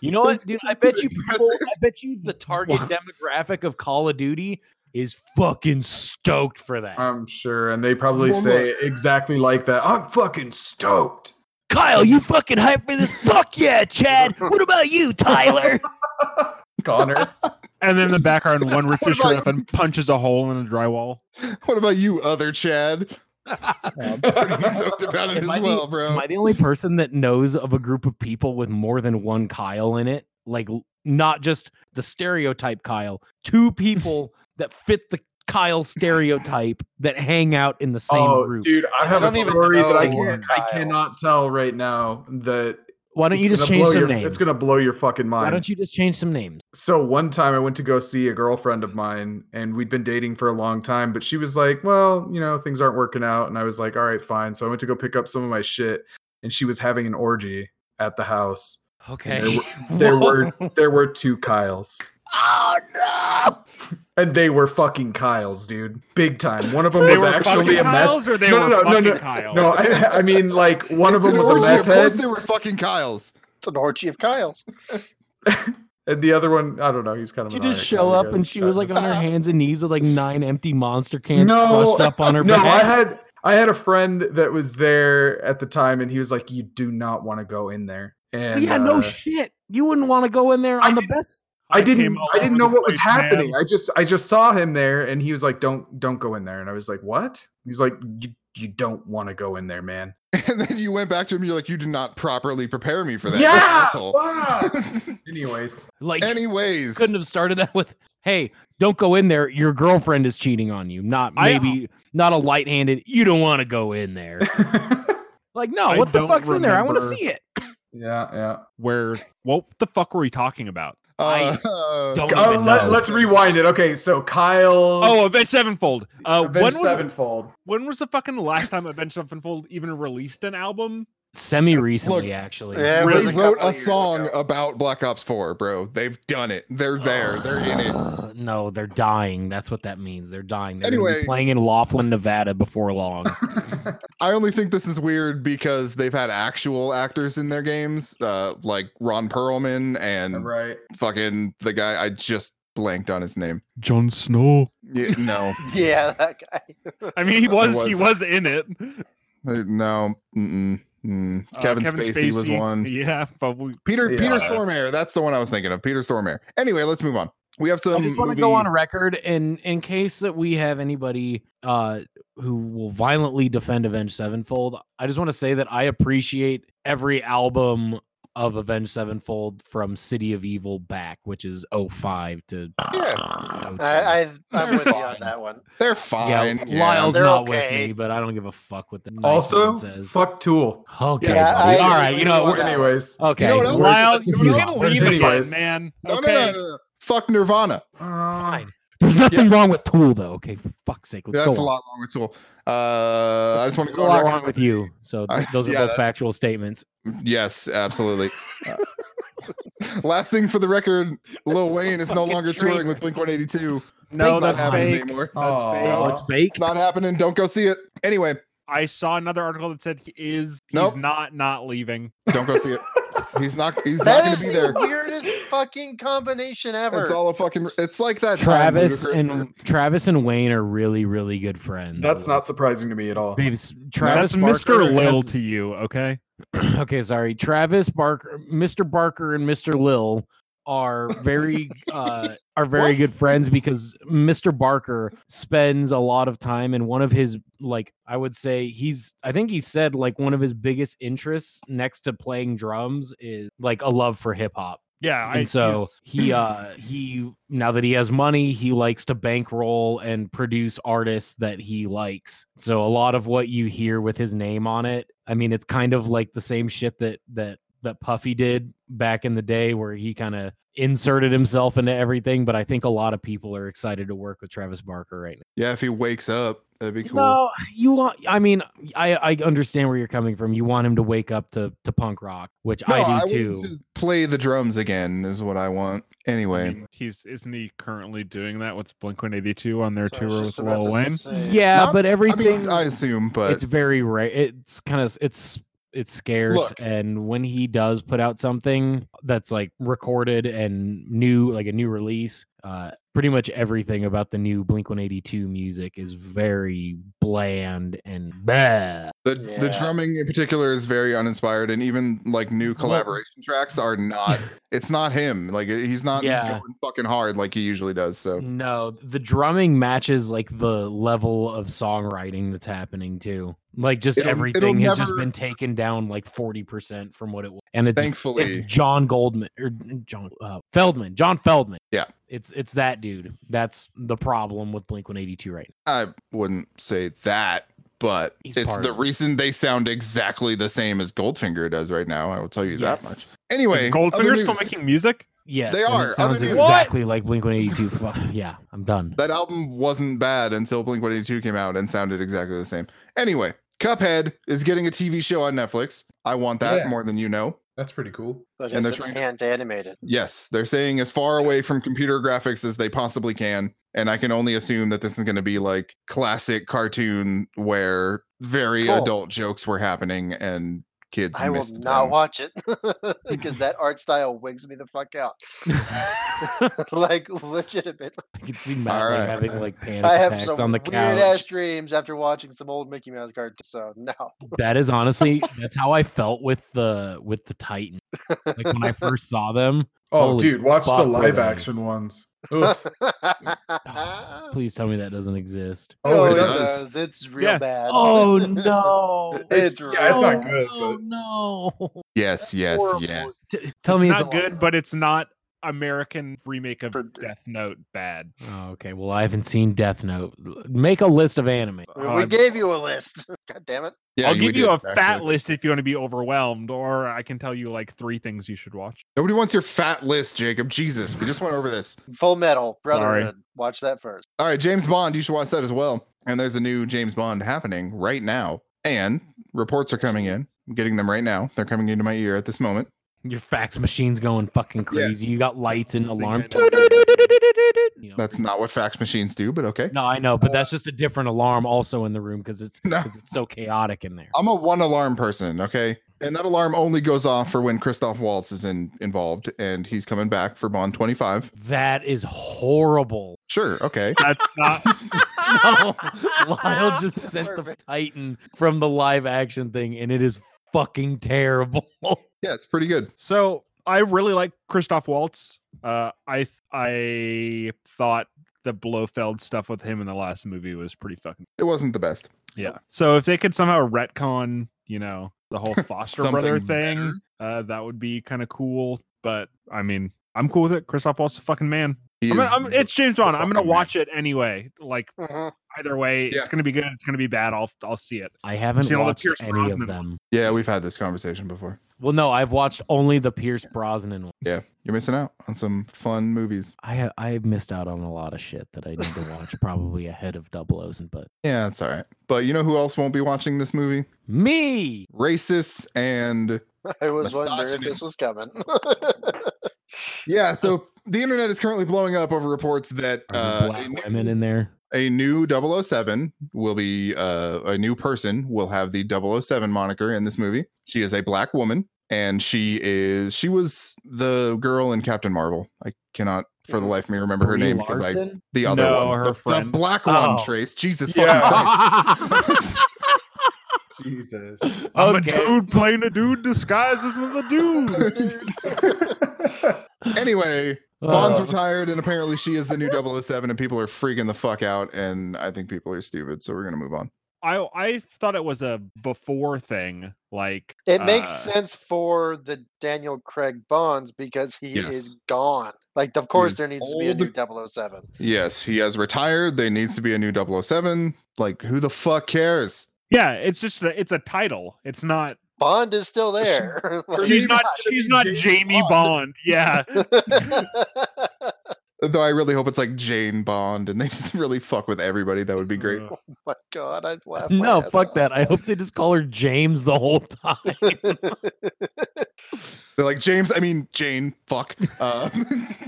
You know what, That's dude? I bet you super people, I bet you the target Wow. demographic of Call of Duty is fucking stoked for that. I'm sure. And they probably Well, say exactly like that. I'm fucking stoked. Kyle, you fucking hype for this? Fuck yeah, Chad. What about you, Tyler? Connor. And then in the background, one reaches about- up and punches a hole in a drywall. What about you, other Chad? I'm pretty stoked about it Am as I the- well, bro. Am I the only person that knows of a group of people with more than one Kyle in it? Like l- not just the stereotype Kyle, two people that fit the Kyle stereotype that hang out in the same oh, group. dude, I have don't a even story that I know can't. I Kyle. cannot tell right now that. Why don't you it's just gonna change blow some your- names? It's gonna blow your fucking mind. Why don't you just change some names? so one time I went to go see a girlfriend of mine and we'd been dating for a long time, but she was like, Well, you know, things aren't working out. And I was like, All right, fine. So I went to go pick up some of my shit and she was having an orgy at the house. Okay. There were there were there were two Kyles. oh And they were fucking Kyles, dude. Big time. One of them They was were actually actually a meth. Kyles or they No, no, were no, no, fucking no, Kyles? No, I, I mean like one of them was a meth Of course head, they were fucking Kyle's. It's an orgy of Kyle's. and the other one, I don't know. He's kind of. She an just alright show guy, I up and guess. she was Uh, like on her hands and knees with like nine empty monster cans No, crushed up on her No, I back. had I had a friend that was there at the time, and he was like, "You do not want to go in there." And yeah, no uh, shit. You wouldn't want to go in there I on the didn't- best. I didn't came all I didn't over know the what was place, man. happening. I just I just saw him there and he was like, Don't don't go in there. And I was like, What? He's like, You you don't want to go in there, man. And then you went back to him. You're like, you did not properly prepare me for that. you asshole." yeah. fuck. Anyways. Like, Anyways, couldn't have started that with, "Hey, don't go in there. Your girlfriend is cheating on you." Not I- maybe not a light-handed. You don't want to go in there. Like, no, I what the don't fuck's in there? I want to remember. see it. yeah, yeah. Where what the fuck were we talking about? I uh, Don't Oh, even let, know. us rewind it. Okay, so Kyle Oh, Avenged Sevenfold. Uh, when was sevenfold. when was the fucking last time Avenged Sevenfold even released an album? Semi recently, Look, actually. Yeah, it was They a wrote couple a years song ago. about Black Ops 4, bro. They've done it. They're there. They're in it. Uh, No, they're dying. That's what that means. They're dying. They're gonna be Anyway. playing in Laughlin, Nevada before long. I only think this is weird because they've had actual actors in their games, uh, like Ron Perlman and right. fucking the guy I just blanked on his name. Jon Snow. Yeah, no, Yeah, that guy. I mean, he was, he was. was in it. Uh, no. Mm-mm. Mm. Uh, Kevin, Spacey, was one. Yeah, but we, Peter Peter Yeah. Stormare. That's the one I was thinking of. Peter Stormare. Anyway, let's move on. We have some. I just want to movie- go on record, and in case that we have anybody uh, who will violently defend Avenged Sevenfold, I just want to say that I appreciate every album of Avenged Sevenfold from City of Evil back, which is 05 to Yeah, 02. I, I I'm with you on Fine. that one. they're yeah, fine. Yeah, Lyle's They're not okay. with me, but I don't give a fuck what the nice Also, one says. fuck Tool. okay, Yeah, buddy. I- all right, you know, Well, we're, that- Anyways. okay. You know what else? we're- Lyles, you you know what else? can There's leave again, anyways. man. No, okay. no, no, no, no. Fuck Nirvana. Uh, fine. There's nothing wrong with Tool though. Okay, for fuck's sake, let's That's go. on. a lot wrong with Tool. Uh, I just want There's to go a on lot record wrong with you. So I- th- those are yeah, both that's- factual statements. Yes, absolutely. Uh, Last thing for the record, Lil is a Wayne is no fucking longer train touring with Blink 182. No, it's not that's happening fake. anymore. That's aw. fake. No, Oh, it's fake. It's not happening. Don't go see it. Anyway, I saw another article that said he is he's Nope. not not leaving. don't go see it. He's not. He's not That going is to be the there. weirdest fucking combination ever. It's all a fucking. It's like that. time Travis Ludacris- and Travis and Wayne are really, really good friends. That's not surprising to me at all. They've s- That's Travis Barker Mr. Lil has- to you, okay? okay, sorry. Travis Barker, Mr. Barker, and Mr. Lil are very uh, are very What? good friends because Mr. Barker spends a lot of time and one of his like I would say he's I think he said like one of his biggest interests next to playing drums is like a love for hip hop Yeah, I and so he uh he now that he has money he likes to bankroll and produce artists that he likes so a lot of what you hear with his name on it i mean it's kind of like the same shit that that that puffy did back in the day where he kind of inserted himself into everything but i think a lot of people are excited to work with travis barker right now yeah, if he wakes up, that'd be cool. no you want i mean i i understand where you're coming from you want him to wake up to to punk rock which No, i do want too him to play the drums again is what I want. I Anyway, mean, he's isn't he currently doing that with Blink 182 on their So I was tour with just about Lil to Wayne? say- yeah Not- but I everything mean, I assume, but it's very rare. It's kind of it's it's scarce, Look. and when he does put out something that's like recorded and new, like a new release, uh, pretty much everything about the new Blink One Eighty Two music is very bland and bad. the the Yeah. drumming in particular is very uninspired, and even like new Well- collaboration tracks are not. It's not him. Like he's not Yeah. going fucking hard like he usually does. So No, the drumming matches like the level of songwriting that's happening too. Like just It'll- it'll everything has just never- been taken down like forty percent from what it was, and it's thankfully, it's John Goldman or John uh, Feldman, John Feldman. Yeah. it's it's that dude. That's the problem with Blink One Eighty Two right now. I wouldn't say that, but He's it's part the of it. reason they sound exactly the same as Goldfinger does right now. I will tell you that much. Yes. Anyway, Is other Goldfinger still news. making music? Yes, They and are. It Other sounds dudes- exactly like Blink One Eighty Two. yeah, I'm done. That album wasn't bad until Blink 182 came out and sounded exactly the same. Anyway, Cuphead is getting a TV show on Netflix. I want that Yeah. more than you know. That's pretty cool. But And and they're it's trying to- hand animated. Yes, they're saying as far away from computer graphics as they possibly can. And I can only assume that this is going to be like classic cartoon where very Cool. adult jokes were happening and kids. I will missed not them. watch it because that art style wigs me the fuck out. like legitimately, I can see Matt All like, right. having like panic I have attacks some on the weird ass couch. dreams after watching some old Mickey Mouse cartoons. So no, That is honestly that's how I felt with the with the Titan. Like when I first saw them. Oh, Holy dude, watch the fuck, live Renee. action ones. Oh, Oof. oh, Please tell me that doesn't exist. Oh, it it does. does. It's real Yeah. bad. Oh no. it's, It's- yeah, it's real not good, Oh no. Yes, yes, yes. T- tell it's me not it's good, but it's not American remake of For- Death Note bad. Oh, okay. Well, I haven't seen Death Note. Make a list of anime. We- Oh, we Um, I'm- gave you a list. God damn it. Yeah, I'll we give you did, a actually. fat list if you want to be overwhelmed, or I can tell you like three things you should watch. Nobody wants your fat list, Jacob. Jesus, we just went over this. Full Metal Brotherhood. Watch that first. All right, James Bond, you should watch that as well. And there's a new James Bond happening right now. And reports are coming in. I'm getting them right now. They're coming into my ear at this moment. Your fax machine's going fucking crazy. You got lights and I think alarm. I know that. You know. That's not what fax machines do, but okay. No, I know, but Uh, that's just a different alarm also in the room because it's No. because it's so chaotic in there. I'm a one alarm person, okay? And that alarm only goes off for when Christoph Waltz is in, involved and he's coming back for Bond 25. That is horrible. Sure, okay. That's not. No, Lyle just sent Perfect. the Titan from the live action thing, and it is fucking terrible. Yeah, it's pretty good. So I really like Christoph Waltz. Uh, I th- I thought the Blofeld stuff with him in the last movie was pretty fucking. It wasn't the best. Yeah. So if they could somehow retcon, you know, the whole foster brother Something thing, uh, that would be kind of cool. But I mean, I'm cool with it. Christoph Waltz, is a fucking man. He I'm gonna- is I'm- it's James Bond. I'm gonna fucking man. watch it anyway. Like Mhm. either way, Yeah. it's gonna be good. It's gonna be bad. I'll I'll see it. I haven't Seen all the watched Pierce any Brosnan of them. Yeah, we've had this conversation before. Well, no, I've watched only the Pierce Brosnan one. Yeah, you're missing out on some fun movies. I ha- I missed out on a lot of shit that I need to watch probably ahead of Double O's, but Yeah, it's all right. But you know who else won't be watching this movie? me. Racists and I was wondering if Misogyny. this was coming. yeah. Oh. So the internet is currently blowing up over reports that Are there uh, a, black new, women in there. a new 007 will be uh, a new person will have the 007 moniker in this movie. She is a black woman, and she is she was the girl in Captain Marvel. I cannot for the life of me remember her Brie name because I Larson? the other No, one her the, the friend. black one Oh. Trace. Jesus Yeah. fucking Christ. Jesus. I'm a Okay. dude playing a dude disguised as another dude. anyway, Bond's Uh, retired, and apparently she is the new 007, and people are freaking the fuck out. And I think people are stupid, so we're gonna move on. I I thought it was a before thing. Like It makes uh, sense for the Daniel Craig Bonds because he Yes. is gone. Like, of course, is there needs to be a new 007. Yes, he has retired. There needs to be a new 007. Like, who the fuck cares? Yeah, it's just a, it's a title. It's not. Bond is still She's- there. Like, She's name not. has to She's be not James Jamie Bond. Bond. Yeah. Though I really hope it's like Jane Bond, and they just really fuck with everybody. That would be great. Uh, my God, I'd laugh. my no, ass fuck that. off. I hope they just call her James the whole time. They're like James. I mean Jane. Fuck. Uh,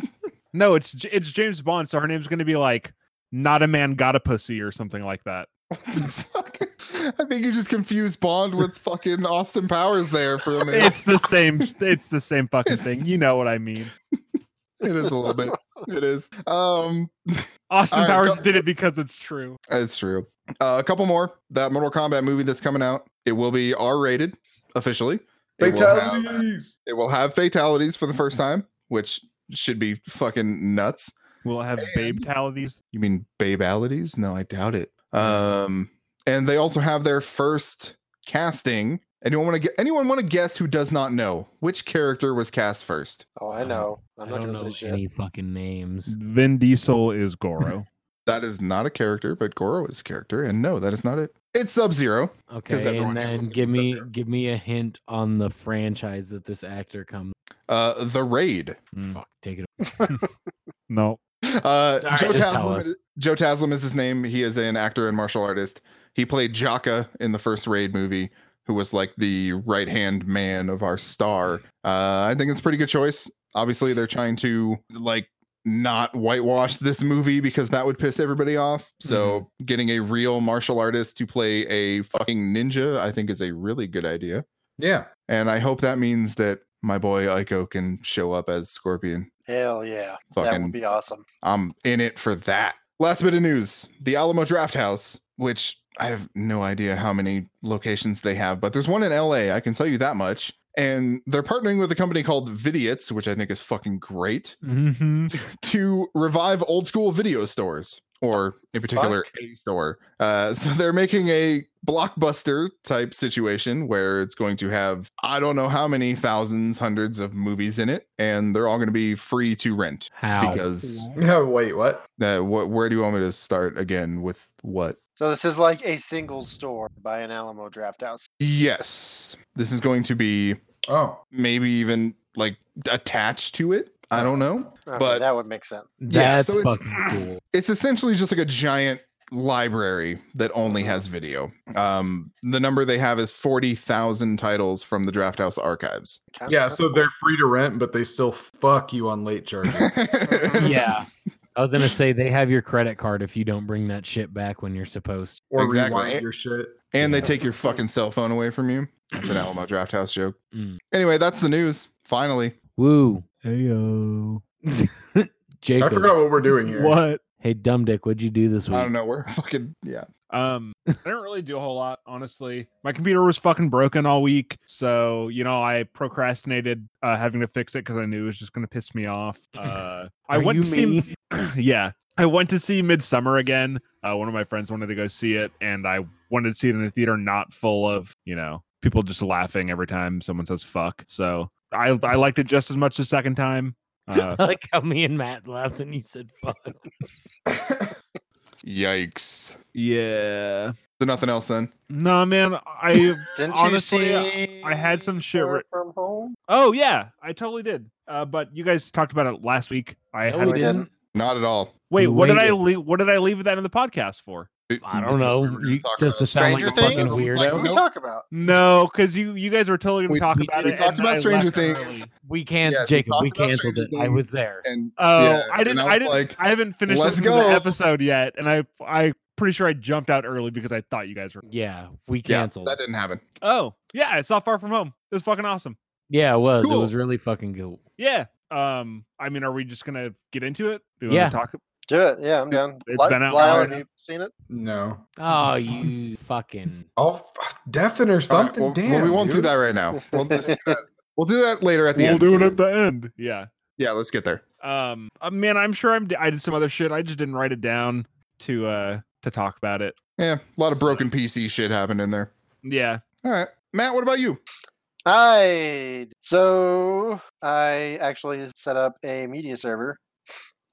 no, it's J- it's James Bond. So her name's gonna be like not a man got a pussy or something like that. what the fuck? I think you just confused Bond with fucking Austin Powers there for a minute. It's the same. It's the same fucking thing. You know what I mean. it is a little bit. It is. Um, Austin All right, Powers go- did it because it's true. It's true. Uh, a couple more. That Mortal Kombat movie that's coming out. It will be R rated officially. It will, have, Fatalities. it will have fatalities for the first time, which should be fucking nuts. We'll have And- babe-talities. You mean babalities? No, I doubt it. Um, and they also have their first casting. Anyone want to get? Anyone want to guess who does not know which character was cast first? Oh, I I don't- know. I I'm not don't going to know say shit. any fucking names. Vin Diesel is Goro. That is not a character, but Goro is a character, and no, that is not it. It's Sub Zero. Okay, everyone and here then was give me Sub-Zero. give me a hint on the franchise that this actor comes. Uh, the Raid. Mm. Fuck, take it. no, Uh, Sorry, just Joe, tell Taslim us. is, Joe Taslim is his name. He is an actor and martial artist. He played Jaka in the first Raid movie. who was like the right hand man of our star. Uh, I think it's a pretty good choice. Obviously, they're trying to like not whitewash this movie because that would piss everybody off. So, Mm-hmm. getting a real martial artist to play a fucking ninja, I think, is a really good idea. Yeah. And I hope that means that my boy Iko can show up as Scorpion. Hell yeah. That Fucking would be awesome. I'm in it for that. Last bit of news the Alamo Draft House, which I have no idea how many locations they have, but there's one in LA. I can tell you that much. And they're partnering with a company called Vidiots, which I think is fucking great, Mm-hmm. to revive old school video stores, or in particular, a store. Uh, so they're making a blockbuster type situation where it's going to have I don't know how many thousands, hundreds of movies in it, and they're all going to be free to rent How? because No, wait, what? uh, what? Where do you want me to start again with what? So this is like a single store by an Alamo Draft House. Yes, this is going to be Oh, maybe even like attached to it. I don't know. Okay, But- that would make sense. Yeah, That's so it's- fucking cool. It's essentially just like a giant library that only has video. Um, the number they have is forty thousand titles from the Draft House archives. Okay, yeah. that's So cool. they're free to rent, but they still fuck you on late charges. Yeah. I was gonna say they have your credit card if you don't bring that shit back when you're supposed. Or Exactly. rewind your shit. and they take your fucking cell phone away from you. That's an Alamo Draft House joke. Mm. Anyway, that's the news. Finally, to. Woo, Heyo. I Jacob. forgot what we're doing here. What? Hey, dumb dick, what'd you do this week? I don't know. We're fucking yeah. Um, I didn't really do a whole lot, honestly. My computer was fucking broken all week, so you know I procrastinated uh, having to fix it because I knew it was just gonna piss me off. Uh, I Are went you to see, yeah, I went to see Midsummer again. Uh, one of my friends wanted to go see it, and I wanted to see it in a theater not full of you know people just laughing every time someone says fuck. So I I liked it just as much the second time. Uh, I like how me and Matt laughed and you said fuck. Yikes. yeah, So nothing else then. no man, I Didn't honestly, you I- I had some see shit Far writ- from home. Oh yeah, I totally did. Uh, but you guys talked about it last week. I No, had. we it- didn't. Not at all. Wait, We what did I waited. leave? What did I leave that in the podcast for? I don't know. You- just to sound Stranger like a Things. fucking It's like, weirdo. what do we talk about? No, because you you guys were totally gonna We- talk we- about we it. talked and about I Stranger left early. Things. We can't, Yes, we Jacob. talked We about canceled it. Stranger I Things was there. And Oh, yeah, I didn't. and I, was didn't. like, I haven't finished "Let's listening to go." the episode yet, and I I pretty sure I jumped out early because I thought you guys were. Yeah, we yeah, canceled. Yeah, that didn't happen. Oh yeah, I saw Far From Home. It was fucking awesome. it was. It Cool. was really fucking cool. Yeah. Um. I mean, are we just gonna get into it? Do you Yeah. Want to talk? Do it. Yeah, I'm down. It's Li- been out Lyle, now. have you seen it? No. Oh, you fucking. I'll f- deafen or All right, something. well, damn. well, we won't do dude. that right now. We'll, just do that. we'll do that later at the We'll end. do it at the end. Yeah. yeah, let's get there. um uh, man i'm sure i'm i did some other shit i just didn't write it down to uh to talk about it Yeah, a lot of broken PC shit happened in there. yeah All right, Matt, what about you? I so I actually set up a media server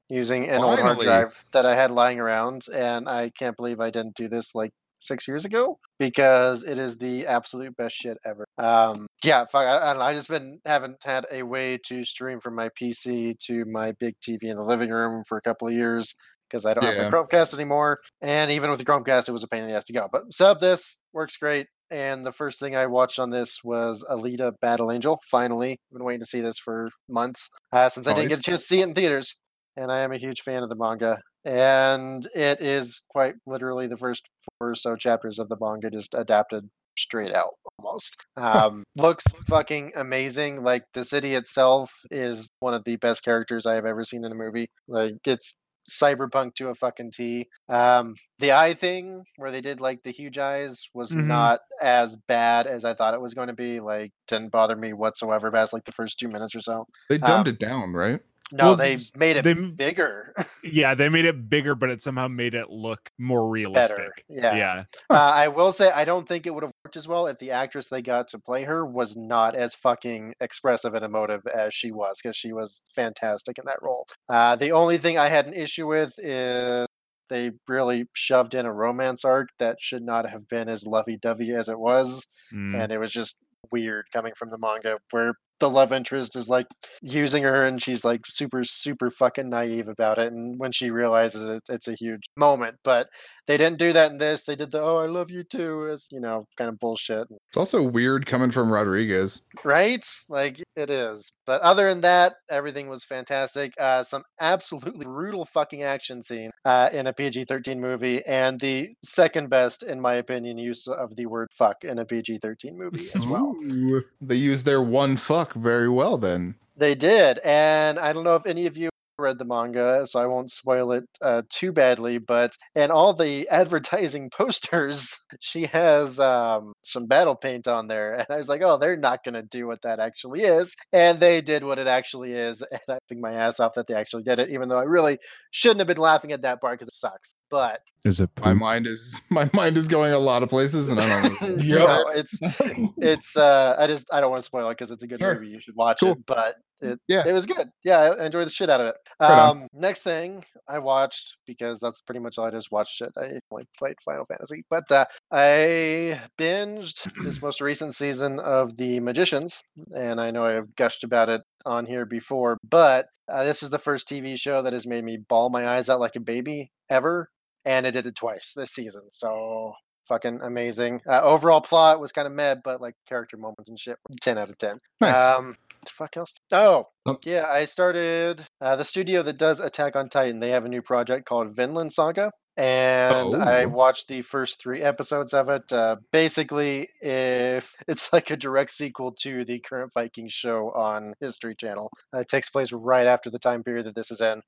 using an old hard Finally. drive that I had lying around, and I can't believe I didn't do this like six years ago because it is the absolute best shit ever. Um, yeah, fuck, I, I don't know, I just been haven't had a way to stream from my PC to my big TV in the living room for a couple of years because I don't Yeah. have my Chromecast anymore. And even with the Chromecast, it was a pain in the ass to go. But set up this works great. And the first thing I watched on this was Alita Battle Angel. Finally, I've been waiting to see this for months uh, since I didn't get Nice. a chance to see it in theaters. And I am a huge fan of the manga. And it is quite literally the first four or so chapters of the manga just adapted straight out almost. Um, looks fucking amazing. Like the city itself is one of the best characters I have ever seen in a movie. Like it's cyberpunk to a fucking T. Um, the eye thing where they did like the huge eyes was Mhm. not as bad as I thought it was going to be. Like didn't bother me whatsoever past like the first two minutes or so. They Uh, dumbed Um, it down, right? No, Well, they s- made it they m- bigger, yeah they made it bigger but it somehow made it look more realistic better. yeah. Yeah. Uh, I will say I don't think it would have worked as well if the actress they got to play her was not as fucking expressive and emotive as she was because she was fantastic in that role. Uh, the only thing I had an issue with is they really shoved in a romance arc that should not have been as lovey-dovey as it was Mm. and it was just weird coming from the manga where the love interest is like using her and she's like super super fucking naive about it and when she realizes it it's a huge moment but they didn't do that in this they did the oh i love you too is you know kind of bullshit It's also weird coming from Rodriguez. right like it is but other than that everything was fantastic uh some absolutely brutal fucking action scene uh in a pg-13 movie and the second best in my opinion use of the word fuck in a pg-13 movie as well Ooh, They used their one fuck very well then. They did, and I don't know if any of you read the manga, so I won't spoil it uh, too badly. But in all the advertising posters, she has um, some battle paint on there, and I was like, "Oh, they're not gonna do what that actually is," and they did what it actually is, and I think my ass off that they actually did it, even though I really shouldn't have been laughing at that part because it sucks. But Is it My mind is my mind is going a lot of places and I don't know. you know, it's yeah. it's uh, I just I don't want to spoil it because it's a good Sure. movie. You should watch Cool. it, but it yeah. it was good. Yeah, I enjoyed the shit out of it. Right on. Um, next thing I watched because that's pretty much all I just watched. Shit, I only played Final Fantasy, but uh, I binged this most recent season of The Magicians, and I know I've gushed about it on here before, but uh, this is the first TV show that has made me bawl my eyes out like a baby ever, and it did it twice this season. So. Fucking amazing. Uh, overall plot was kind of meh, but like character moments and shit, 10 out of 10. Nice. Uh, Um, the fuck else? Oh, Um, yeah, I started uh, the studio that does Attack on Titan. They have a new project called Vinland Saga, and I Oh. watched the first three episodes of it. Uh, basically, if it's like a direct sequel to the current Viking show on History Channel, uh, it takes place right after the time period that this is in.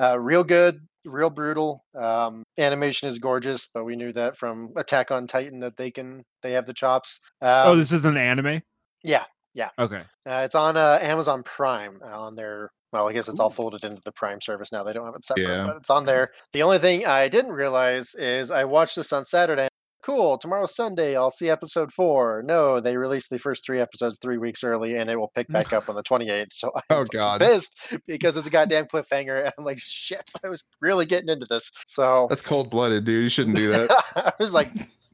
Uh, real good, real brutal. Um, animation is gorgeous, but we knew that from Attack on Titan that they can they have the chops. Um, oh, this is an anime. yeah, yeah. Okay. uh, it's on uh, Amazon Prime uh, on their. Well, I guess it's all folded into the Prime service now. They don't have it separate, Yeah. but it's on there. The only thing I didn't realize is I watched this on Saturday. Cool. Tomorrow's Sunday. I'll see episode four. No, they released the first three episodes three weeks early, and it will pick back up on the twenty eighth. So I'm Oh, fucking God. pissed because it's a goddamn cliffhanger. And I'm like, shit. I was really getting into this. So That's cold blooded, dude. You shouldn't do that. I was like,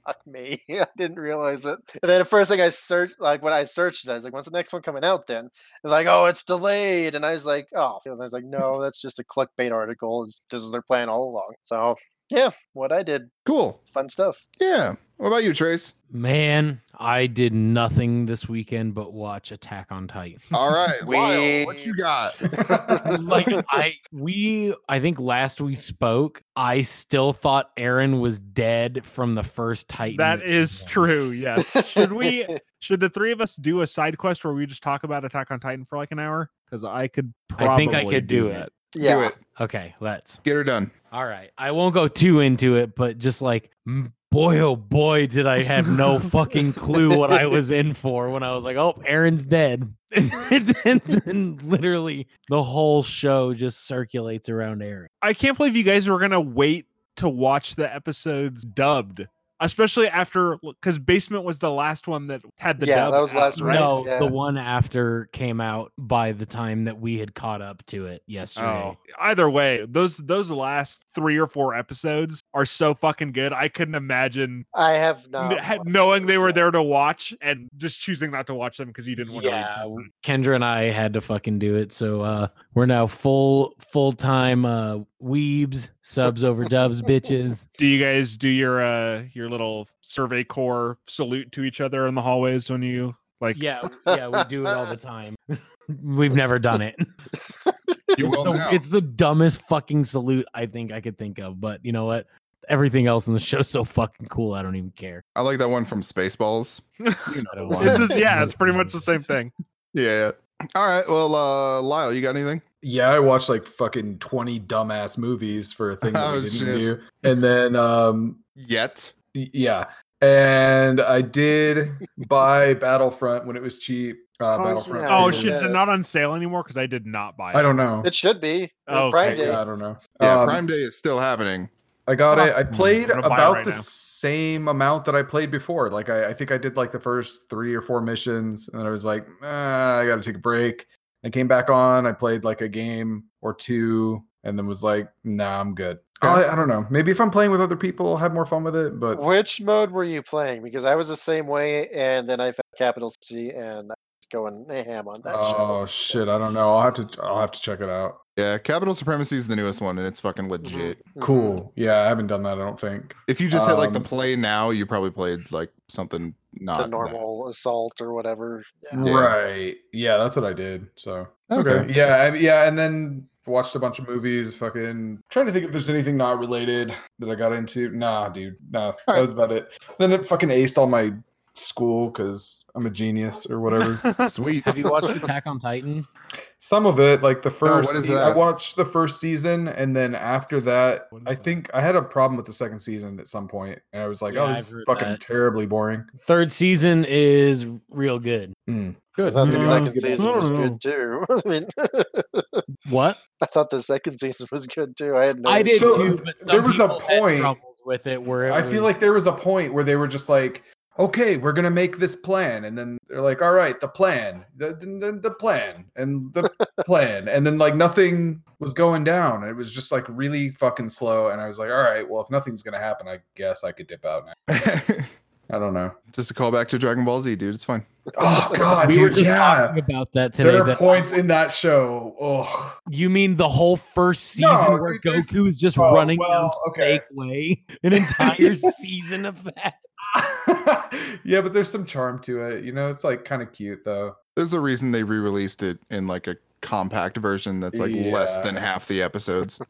fuck me. I didn't realize it. And then the first thing I searched, like when I searched it, I was like, when's the next one coming out then? And like, oh, it's delayed. And I was like, oh. And I was like, no, that's just a clickbait article. It's- This is their plan all along. So, yeah, what I did. Cool. Fun stuff. Yeah. What about you, Trace? Man, I did nothing this weekend but watch Attack on Titan. All right. Lyle, what you We- got? like I we I think last we spoke, I still thought Aaron was dead from the first Titan. That is movie. true. Yes. Should we? Should the three of us do a side quest where we just talk about Attack on Titan for like an hour? Because I could. Probably I think I could do it. that. yeah. Do it. Okay, let's. Get her done. All right. I won't go too into it, but just like m- boy oh boy did I have no fucking clue what I was in for when I was like, "Oh, Aaron's dead." and, then, then literally the whole show just circulates around Aaron. I can't believe you guys were gonna wait to watch the episodes dubbed, especially after because Basement was the last one that had the Yeah, dub. that was out, last right? week's. No, Yeah. the one after came out by the time that we had caught up to it yesterday. Oh, either way, those those last three or four episodes are so fucking good. I couldn't imagine I have n- not. ha- watched knowing it they were yet. there to watch and just choosing not to watch them because you didn't want to. yeah w- kendra and i had to fucking do it so uh we're now full full-time uh weebs subs over dubs bitches Do you guys do your uh your little Survey Corps salute to each other in the hallways when you like? yeah w- yeah we do it all the time we've never done it it's, You will the, now. it's the dumbest fucking salute i think i could think of but you know what everything else in the show's so fucking cool i don't even care I like that one from Spaceballs. You know the one. This is yeah, it's pretty much the same thing. Yeah. All right. Well, uh, Lyle, you got anything? Yeah, I watched like fucking 20 dumbass movies for a thing that Oh, we didn't shit. do. And then um Yet. y- yeah. And I did buy Battlefront when it was cheap. Uh Oh, Battlefront. yeah. Oh Yeah. two. shit! Is it not on sale anymore? Because I did not buy it. I don't know. It should be. Oh, Oh, Prime okay, Day. yeah, I don't know. Yeah, Um, Prime Day is still happening. I got Fuck. it. I played Hmm, I'm gonna buy it about right the now. same amount that I played before. Like I, I think I did like the first three or four missions, and then I was like, ah, I got to take a break. I came back on. I played like a game or two, and then was like, Nah, I'm good. Okay. I, I don't know. Maybe if I'm playing with other people, I'll have more fun with it. But Which mode were you playing? Because I was the same way, and then I found Capital C, and I was going ham on that Oh show. Mm-hmm. shit! I don't know. I'll have to. I'll have to check it out. Yeah, Capital Supremacy is the newest one, and it's fucking legit. Mhm. Cool. Yeah, I haven't done that. I don't think. If you just hit like the Um, play now, you probably played like something not The that. normal assault or whatever. Yeah. Yeah. Right. Yeah, that's what I did. So okay. Okay. Yeah, I, yeah, and then watched a bunch of movies. Fucking trying to think if there's anything not related that I got into. Nah, dude. Nah, that Alright. was about it. Then it fucking aced all my school because I'm a genius or whatever. Sweet. Have you watched Attack on Titan? Some of it, like the first, what is se- I that? watched the first season, and then after that, What is I that? think I had a problem with the second season at some point, and I was like, Yeah, "Oh, this I've is heard fucking that. terribly boring." Third season is real good. I Good. thought the Yeah. second Yeah. season was Yeah. good too. I mean, What? I thought the second season was good too. I had no. I did So, too, but some there was a people had point- troubles with it where it I was- feel like there was a point where they were just like, "Okay, we're gonna make this plan," and then they're like, "All right, the plan, the the, the plan, and the plan," and then like nothing was going down. It was just like really fucking slow, and I was like, "All right, well, if nothing's gonna happen, I guess I could dip out." Now. I don't know. just a callback to Dragon Ball Z, dude. It's fine. Oh god, we dude, were just yeah. talking about that today. there are that- points in that show. Oh, you mean the whole first No, season where dude, there's- Goku is just Oh, running down well, okay. Snake Way? An entire season of that. yeah, but there's some charm to it. You know, it's like kind of cute though. There's a reason they re-released it in like a compact version that's like less than Yeah. half the episodes.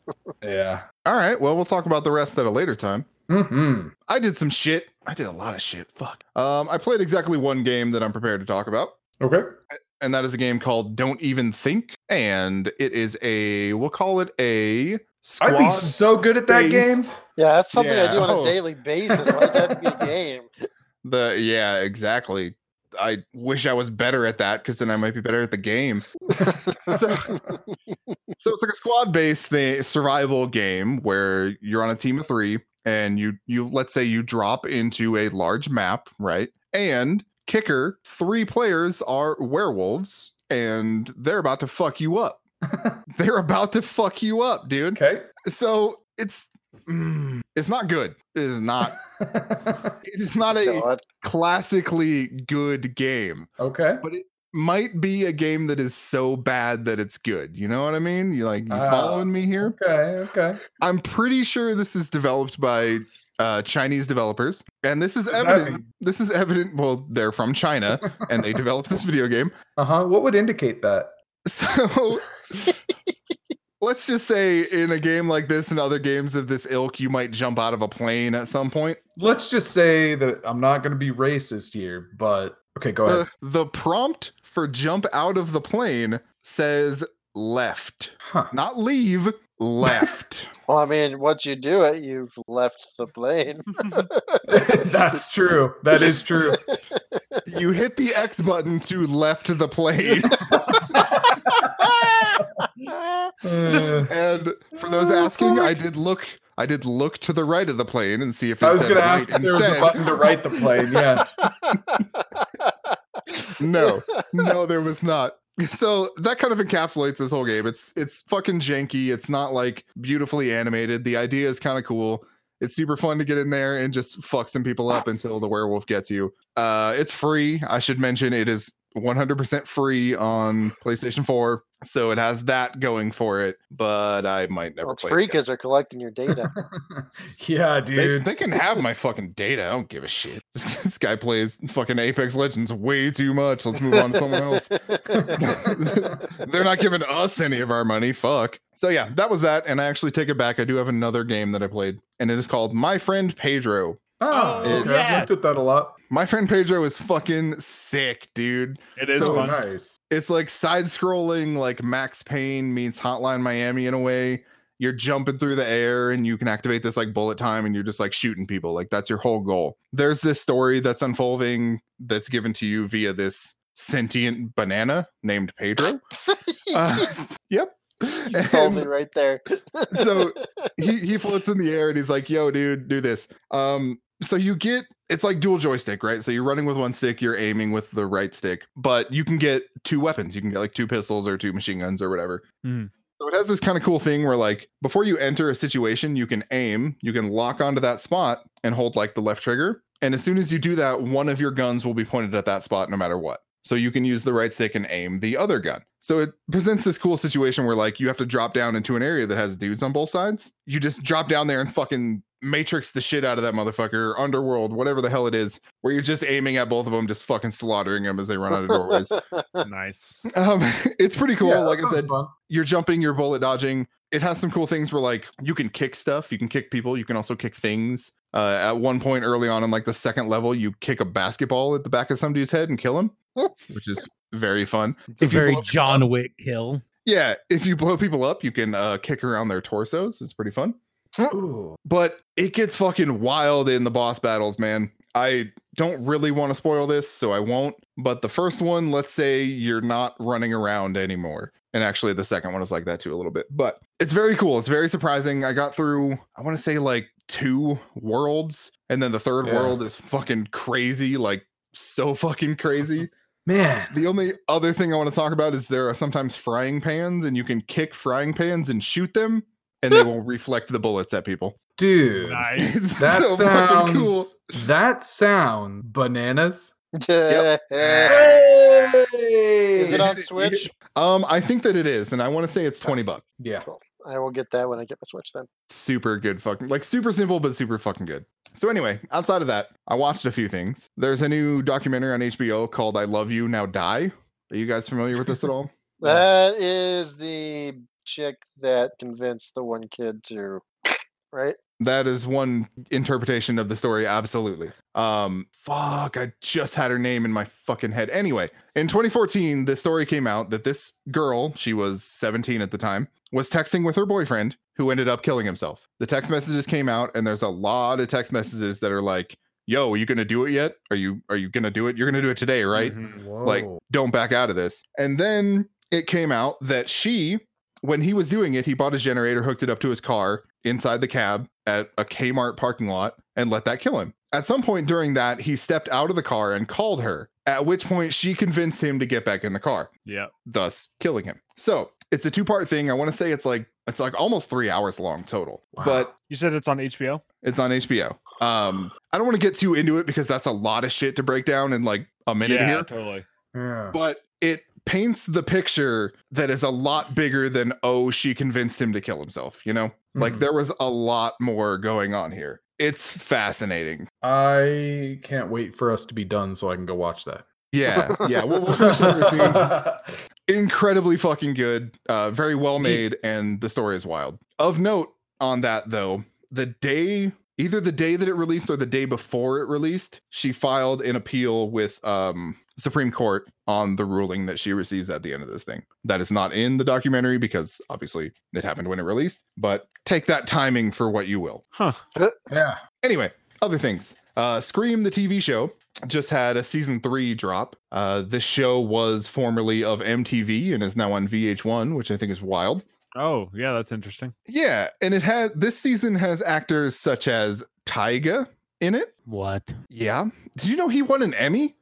Yeah. All right. Well, we'll talk about the rest at a later time. Hmm. I did some shit. I did a lot of shit. Fuck. Um, I played exactly one game that I'm prepared to talk about. Okay. and that is a game called Don't Even Think, and it is a we'll call it a I'd squad. be so good at that game. based- Yeah, that's something I do Yeah. on a Oh. daily basis. Why does that have to be a game? the yeah, exactly. I wish I was better at that because then I might be better at the game. so, so it's like a squad-based thing, survival game where you're on a team of three, and you you let's say you drop into a large map, right? And kicker, three players are werewolves, and they're about to fuck you up. they're about to fuck you up, dude. Okay. so it's mm, it's not good it is not it is not a God. classically good game okay. might be a game that is so bad that it's good you know what i mean you like you Ah. following me here Okay. Okay. i'm pretty sure this is developed by uh chinese developers and this is Does that evident mean- this is evident well they're from china and they developed this video game Uh huh. What would indicate that? So let's just say in a game like this and other games of this ilk, you might jump out of a plane at some point. Let's just say that I'm not going to be racist here, but okay, go ahead. The, the prompt for jump out of the plane says left, Huh. not leave, left. Well, I mean, once you do it, you've left the plane. That's true. That is true. you hit the X button to left the plane. Uh, And for those Oh, asking, I did look. I did look to the right of the plane and see if it I was said going to right ask if there was a instead. button to write the plane. Yeah. No. no, there was not. So that kind of encapsulates this whole game. It's it's fucking janky. It's not like beautifully animated. The idea is kind of cool. It's super fun to get in there and just fuck some people up until the werewolf gets you. Uh, it's free. I should mention it is 100% free on PlayStation 4, so it has that going for it. But I might never Well, it's play. free it again. because they're collecting your data. yeah, They, dude. they can have my fucking data. I don't give a shit. this guy plays fucking Apex Legends way too much. Let's move on to someone else. They're not giving us any of our money. Fuck. So yeah, that was that. And I actually take it back. I do have another game that I played, and it is called My Friend Pedro. oh, Oh, okay. yeah. I've looked at that a lot. My Friend Pedro is fucking sick, dude. It is So oh, fun. nice. It's like side scrolling, like Max Payne meets Hotline Miami in a way. You're jumping through the air and you can activate this like bullet time and you're just like shooting people. Like that's your whole goal. There's this story that's unfolding that's given to you via this sentient banana named Pedro. Uh, yep. you told me And- right there. so he he floats in the air and he's like, "Yo, dude, do this." Um, so you get it's like dual joystick, right? So you're running with one stick, you're aiming with the right stick, but you can get two weapons. You can get like two pistols or two machine guns or whatever. Mhm. So it has this kind of cool thing where like before you enter a situation, you can aim, you can lock onto that spot and hold like the left trigger. And as soon as you do that, one of your guns will be pointed at that spot no matter what. So you can use the right stick and aim the other gun. So it presents this cool situation where like you have to drop down into an area that has dudes on both sides. You just drop down there and fucking matrix the shit out of that motherfucker, underworld, whatever the hell it is, where you're just aiming at both of them, just fucking slaughtering them as they run out of doorways. nice. um, it's pretty cool. Yeah, that like I sounds said, fun. you're jumping, you're bullet dodging. It has some cool things where like you can kick stuff, you can kick people, you can also kick things. Uh, at one point early on in like the second level, you kick a basketball at the back of some dude's head and kill him, which is very fun. It's a If you very blow- John Wick kill. Yeah, if you blow people up, you can uh, kick around their torsos. It's pretty fun Ooh. but it gets fucking wild in the boss battles, man. I don't really want to spoil this, so I won't. But the first one, let's say you're not running around anymore. And actually, the second one is like that too, a little bit. But it's very cool. It's very surprising. I got through, I want to say, like two worlds. And then the third Yeah. world is fucking crazy. Like, so fucking crazy. Man. The only other thing I want to talk about is there are sometimes frying pans, and you can kick frying pans and shoot them, and they will reflect the bullets at people. Dude. Nice. It's That so sounds fucking cool. that sounds bananas. Is it Yeah, on Switch? Um, I think that it is, and I want to say it's twenty bucks. Yeah. I will get that when I get my Switch then. Super good, fucking like super simple, but super fucking good. So anyway, outside of that, I watched a few things. There's a new documentary on HBO called "I Love You Now Die." Are you guys familiar with this at all? Yeah. That is the chick that convinced the one kid to, right? That is one interpretation of the story, absolutely. Um, fuck, I just had her name in my fucking head. Anyway, in 2014, the story came out that this girl, she was 17 at the time, was texting with her boyfriend who ended up killing himself. The text messages came out, and there's a lot of text messages that are like, Yo, are you gonna do it yet? Are you are you gonna do it? You're gonna do it today, right? Mm-hmm. Whoa. like don't back out of this and then it came out that she when he was doing it he bought a generator hooked it up to his car inside the cab at a kmart parking lot and let that kill him at some point during that he stepped out of the car and called her at which point she convinced him to get back in the car Yep. thus killing him so it's a two part thing i want to say it's like it's like almost three hours long total Wow. but You said it's on HBO. it's on hbo um i don't want to get too into it because that's a lot of shit to break down in like a minute yeah, here totally. yeah. but it paints the picture that is a lot bigger than oh she convinced him to kill himself you know like Mhm. there was a lot more going on here it's fascinating I can't wait for us to be done so I can go watch that. yeah yeah we'll, we'll finish it soon. incredibly fucking good uh very well made and the story is wild of note on that though the day either the day that it released or the day before it released she filed an appeal with um supreme court on the ruling that she receives at the end of this thing that is not in the documentary because obviously it happened when it released but take that timing for what you will Huh. yeah. anyway other things uh scream the tv show just had a season three drop uh this show was formerly of mtv and is now on vh1 which i think is wild Oh, yeah, that's interesting. yeah and it had this season has actors such as tyga in it What? yeah did you know he won an emmy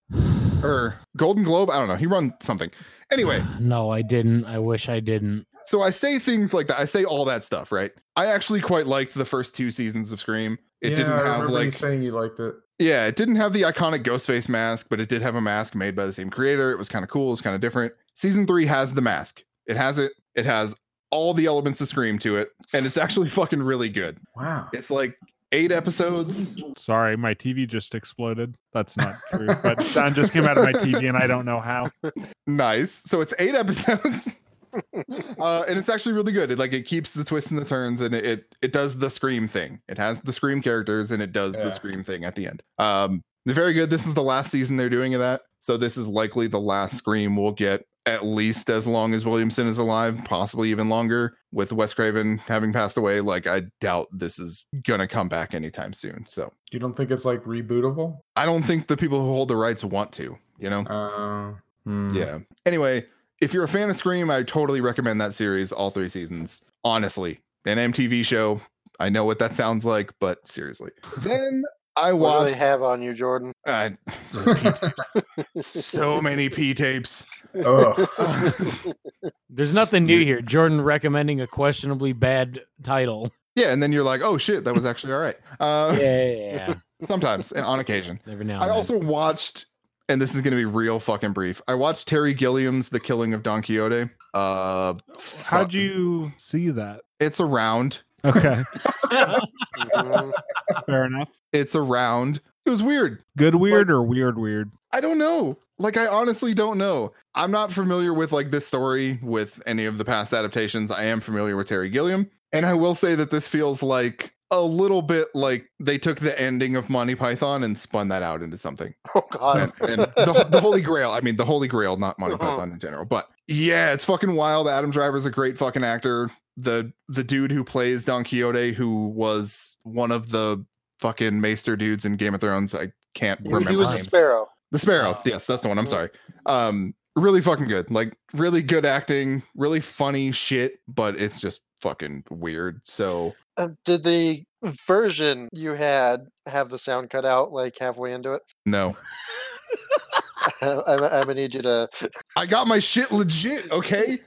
or golden globe i don't know he won something anyway no, I didn't. I wish I didn't. So I say things like that. I say all that stuff, right? I actually quite liked the first two seasons of Scream. It Yeah, I didn't have remember you like saying you liked it. yeah, it didn't have the iconic Ghostface mask, but it did have a mask made by the same creator. It was kind of cool. It was kind of different. Season three has the mask. It has it. It has all the elements of Scream to it, and it's actually fucking really good. Wow. It's like eight episodes. Sorry, my TV just exploded. That's not true, but sound just came out of my TV, and I don't know how. Nice. So it's eight episodes. uh, and it's actually really good. It like it keeps the twists and the turns, and it it, it does the scream thing. It has the scream characters, and it does Yeah. the scream thing at the end. Um, they're very good. This is the last season they're doing of that, so this is likely the last scream we'll get at least as long as Williamson is alive, possibly even longer. With Wes Craven having passed away, like I doubt this is gonna come back anytime soon. So You don't think it's like rebootable? I don't think the people who hold the rights want to. You know. Uh, hmm. Yeah. Anyway, if you're a fan of Scream, I totally recommend that series, all three seasons. Honestly, an MTV show. I know what that sounds like, but seriously. Then I What do watched they have on you, Jordan? uh, so many P tapes. Oh. There's nothing new here. Jordan recommending a questionably bad title. Yeah, and then you're like, oh shit, that was actually all right. Uh, Yeah. Sometimes and on occasion. Every now. I also watched and this is going to be real fucking brief. I watched Terry Gilliam's The Killing of Don Quixote. Uh, How'd fuck- you see that? It's around. Okay, Mhm. fair enough. It's around. It was weird. Good weird or weird weird? I don't know. Like, I honestly don't know. I'm not familiar with like this story with any of the past adaptations. I am familiar with Terry Gilliam, and I will say that this feels like a little bit like they took the ending of Monty Python and spun that out into something. Oh god. and, and the, the Holy Grail. I mean, the Holy Grail, not Monty Uh-huh. Python in general. But yeah, it's fucking wild. Adam Driver's a great fucking actor. The the dude who plays Don Quixote, who was one of the fucking Maester dudes in Game of Thrones, I can't He- remember. he was a names. sparrow. The Sparrow. Oh. Yes, that's the one. I'm sorry. Um, really fucking good. Like really good acting. Really funny shit. But it's just fucking weird. So Uh, did the version you had have the sound cut out like halfway into it? no, I'm, I'm gonna need you to. I got my shit legit. Okay.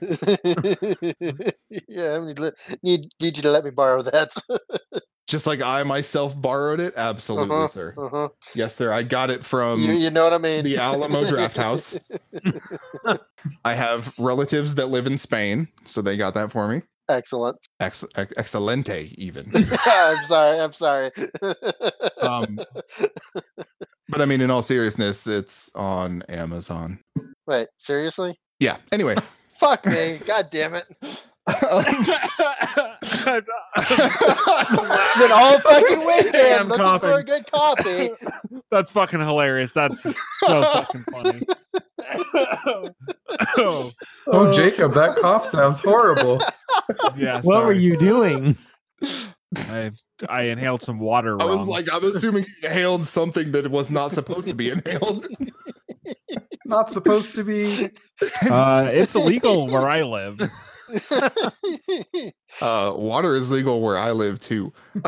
yeah, I need, le- need need you to let me borrow that. Just like I myself borrowed it. Absolutely, Uh-huh. sir. Uh-huh. Yes, sir. I got it from you, you know what I mean? Um, the Alamo Draft House. I have relatives that live in Spain, so they got that for me. Excellent. Ex- ex- excelente, even. I'm sorry. I'm sorry. Um, but I mean, in all seriousness, it's on Amazon. Wait, seriously? Yeah. Anyway, Fuck me! God damn it! um, It's been all fucking weekend Damn looking for a coughing. good coffee. That's fucking hilarious. That's so fucking funny. oh, Oh, Jacob, that cough sounds horrible. yeah. What were sorry. you doing? I, I inhaled some water. I was wrong. like, I'm assuming you inhaled something that was not supposed to be inhaled. Not supposed to be. uh, it's illegal where I live. Uh, water is legal where I live too.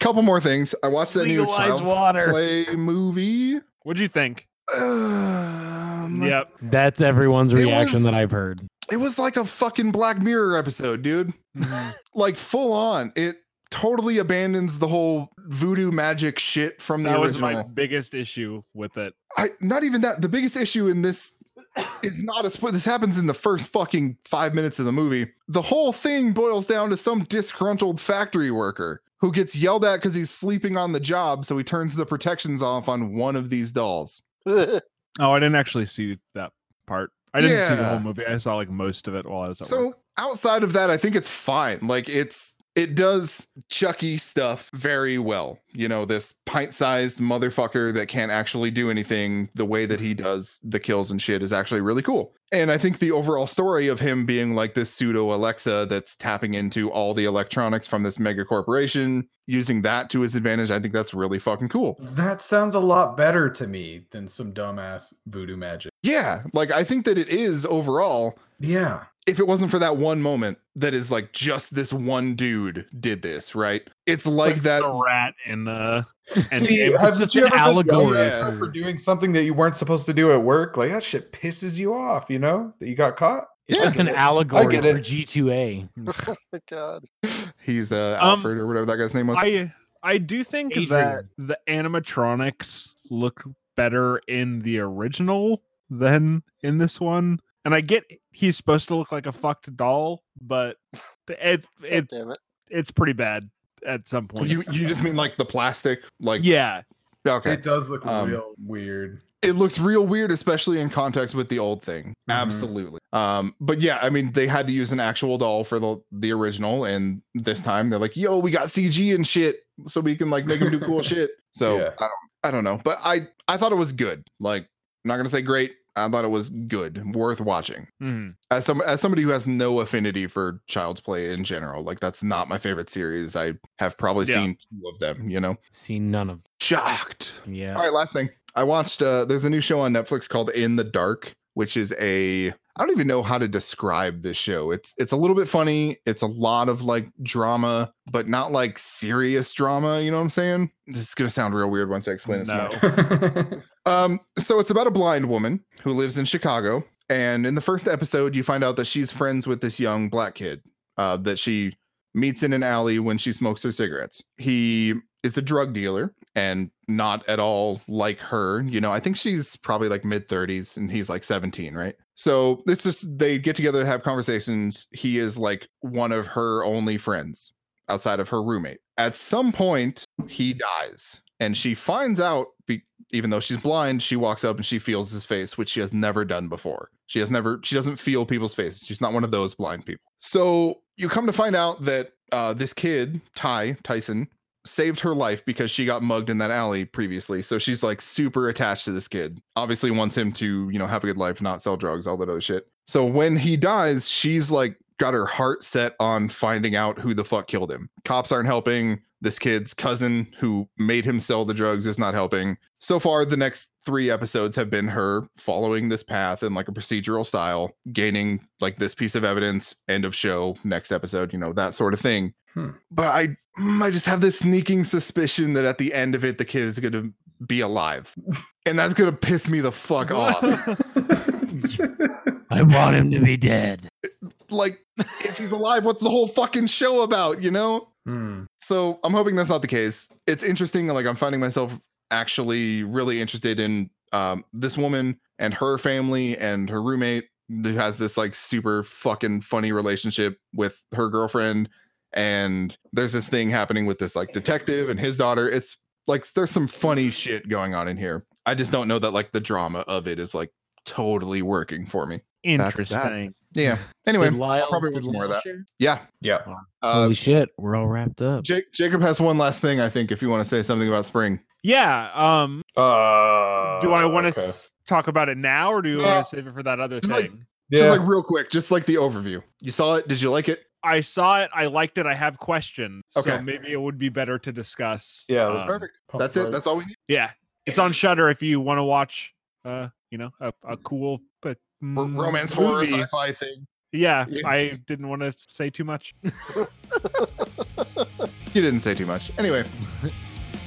Couple more things. I watched that new Child's water. Play movie. What'd you think? Um, Yep. That's everyone's It reaction was- that I've heard. It was like a fucking Black Mirror episode, dude. Like full on. It totally abandons the whole voodoo magic shit from the That was original. my biggest issue with it. I, not even that. The biggest issue in this is not a split. This happens in the first fucking five minutes of the movie. The whole thing boils down to some disgruntled factory worker who gets yelled at because he's sleeping on the job. So he turns the protections off on one of these dolls. Oh, I didn't actually see that part. I didn't see the Yeah. whole movie. I saw like most of it while I was at So work. outside of that, I think it's fine. Like it's it does Chucky stuff very well. You know, this pint-sized motherfucker that can't actually do anything, the way that he does the kills and shit is actually really cool. And I think the overall story of him being like this pseudo Alexa that's tapping into all the electronics from this mega corporation, using that to his advantage, I think that's really fucking cool. That sounds a lot better to me than some dumbass voodoo magic. Yeah, like I think that it is overall Yeah. if it wasn't for that one moment that is like just this one dude did this, right? It's like that. the rat in the and See, it was have just you an ever been yelled allegory at for- for doing something that you weren't supposed to do at work? Like that shit pisses you off, you know? That you got caught. It's Yeah. just an I get allegory it. for G2A. God. He's uh, Um, Alfred or whatever that guy's name was. I I do think that Adrian. the animatronics look better in the original than in this one. And I get he's supposed to look like a fucked doll, but it's God it damn it. it's pretty bad at some point. you you just mean like the plastic, like yeah. Okay, It does look Um, real weird. it looks real weird, especially in context with the old thing. Mhm. Absolutely. Um, but yeah, I mean, they had to use an actual doll for the the original, and this time they're like, "Yo, we got CG and shit, so we can like make them do cool shit." So Yeah. I don't, I don't know, but I I thought it was good. Like, I'm not gonna say great. I thought it was good, worth watching. Mhm. as some as somebody who has no affinity for child's play in general like that's not my favorite series i have probably Yeah. seen two of them you know See none of shocked them. Yeah. all right last thing i watched uh there's a new show on netflix called in the dark which is a i don't even know how to describe this show it's it's a little bit funny it's a lot of like drama but not like serious drama you know what i'm saying this is gonna sound real weird once i explain this more. Mm-hmm. No. Hmm. Um, so it's about a blind woman who lives in Chicago, and in the first episode, you find out that she's friends with this young black kid uh, that she meets in an alley when she smokes her cigarettes. He is a drug dealer, and not at all like her. You know, I think she's probably like mid 30s and he's like 17, right? So it's just they get together to have conversations. He is like one of her only friends outside of her roommate. At some point, he dies and she finds out be, even though she's blind she walks up and she feels his face which she has never done before she has never she doesn't feel people's faces she's not one of those blind people so you come to find out that uh, this kid ty tyson saved her life because she got mugged in that alley previously so she's like super attached to this kid obviously wants him to you know have a good life not sell drugs all that other shit so when he dies she's like got her heart set on finding out who the fuck killed him cops aren't helping this kid's cousin who made him sell the drugs is not helping. So far, the next three episodes have been her following this path in like a procedural style, gaining like this piece of evidence, end of show, next episode, you know, that sort of thing. Hmm. But I mm, I just have this sneaking suspicion that at the end of it, the kid is gonna be alive. And that's gonna piss me the fuck off. I want him to be dead. Like, if he's alive, what's the whole fucking show about, you know? Hmm. So I'm hoping that's not the case. It's interesting. Like I'm finding myself actually really interested in um, this woman and her family and her roommate who has this like super fucking funny relationship with her girlfriend. And there's this thing happening with this like detective and his daughter. It's like there's some funny shit going on in here. I just don't know that like the drama of it is like totally working for me. Interesting. that. Yeah. Anyway, Did Lyle- probably did with more of Lyle that. share? yeah. Yeah. Uh, shit, we're all wrapped up. Jake, Jacob has one last thing. I think if you want to say something about spring. Yeah. Um. Uh, Do I Oh, want to okay. s- talk about it now, or do you Yeah. want to save it for that other Just thing? like- Yeah. Just like real quick, just like the overview. You saw it. Did you like it? I saw it. I liked it. I have questions. Okay. So maybe it would be better to discuss. Yeah, um, let's- Perfect. That's it. That's all we need. yeah. It's on Shutter if you want to watch. Uh, you know, a, a cool but R- Mm-hmm. mm, Romance, horror, movie. sci-fi thing. Yeah, Yeah. I didn't want to say too much. You didn't say too much. Anyway,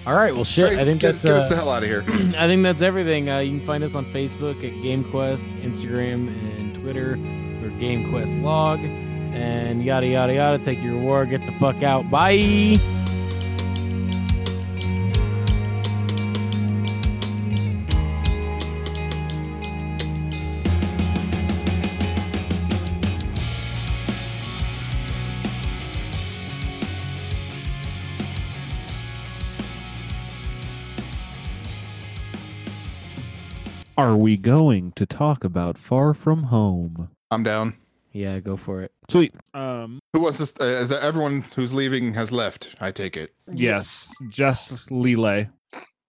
All right, well, shit. Grace, I think get, that's get us uh, the hell out of here. I think that's everything. Uh, you can find us on Facebook at GameQuest, Instagram, and Twitter. We're GameQuest Log, and yada yada yada. Take your reward. Get the fuck out. Bye. Are we going to talk about Far From Home? I'm down. Yeah, go for it. Sweet. Um. Who wants to? St- uh, is that everyone who's leaving has left? I take it. Yes. Just Lele.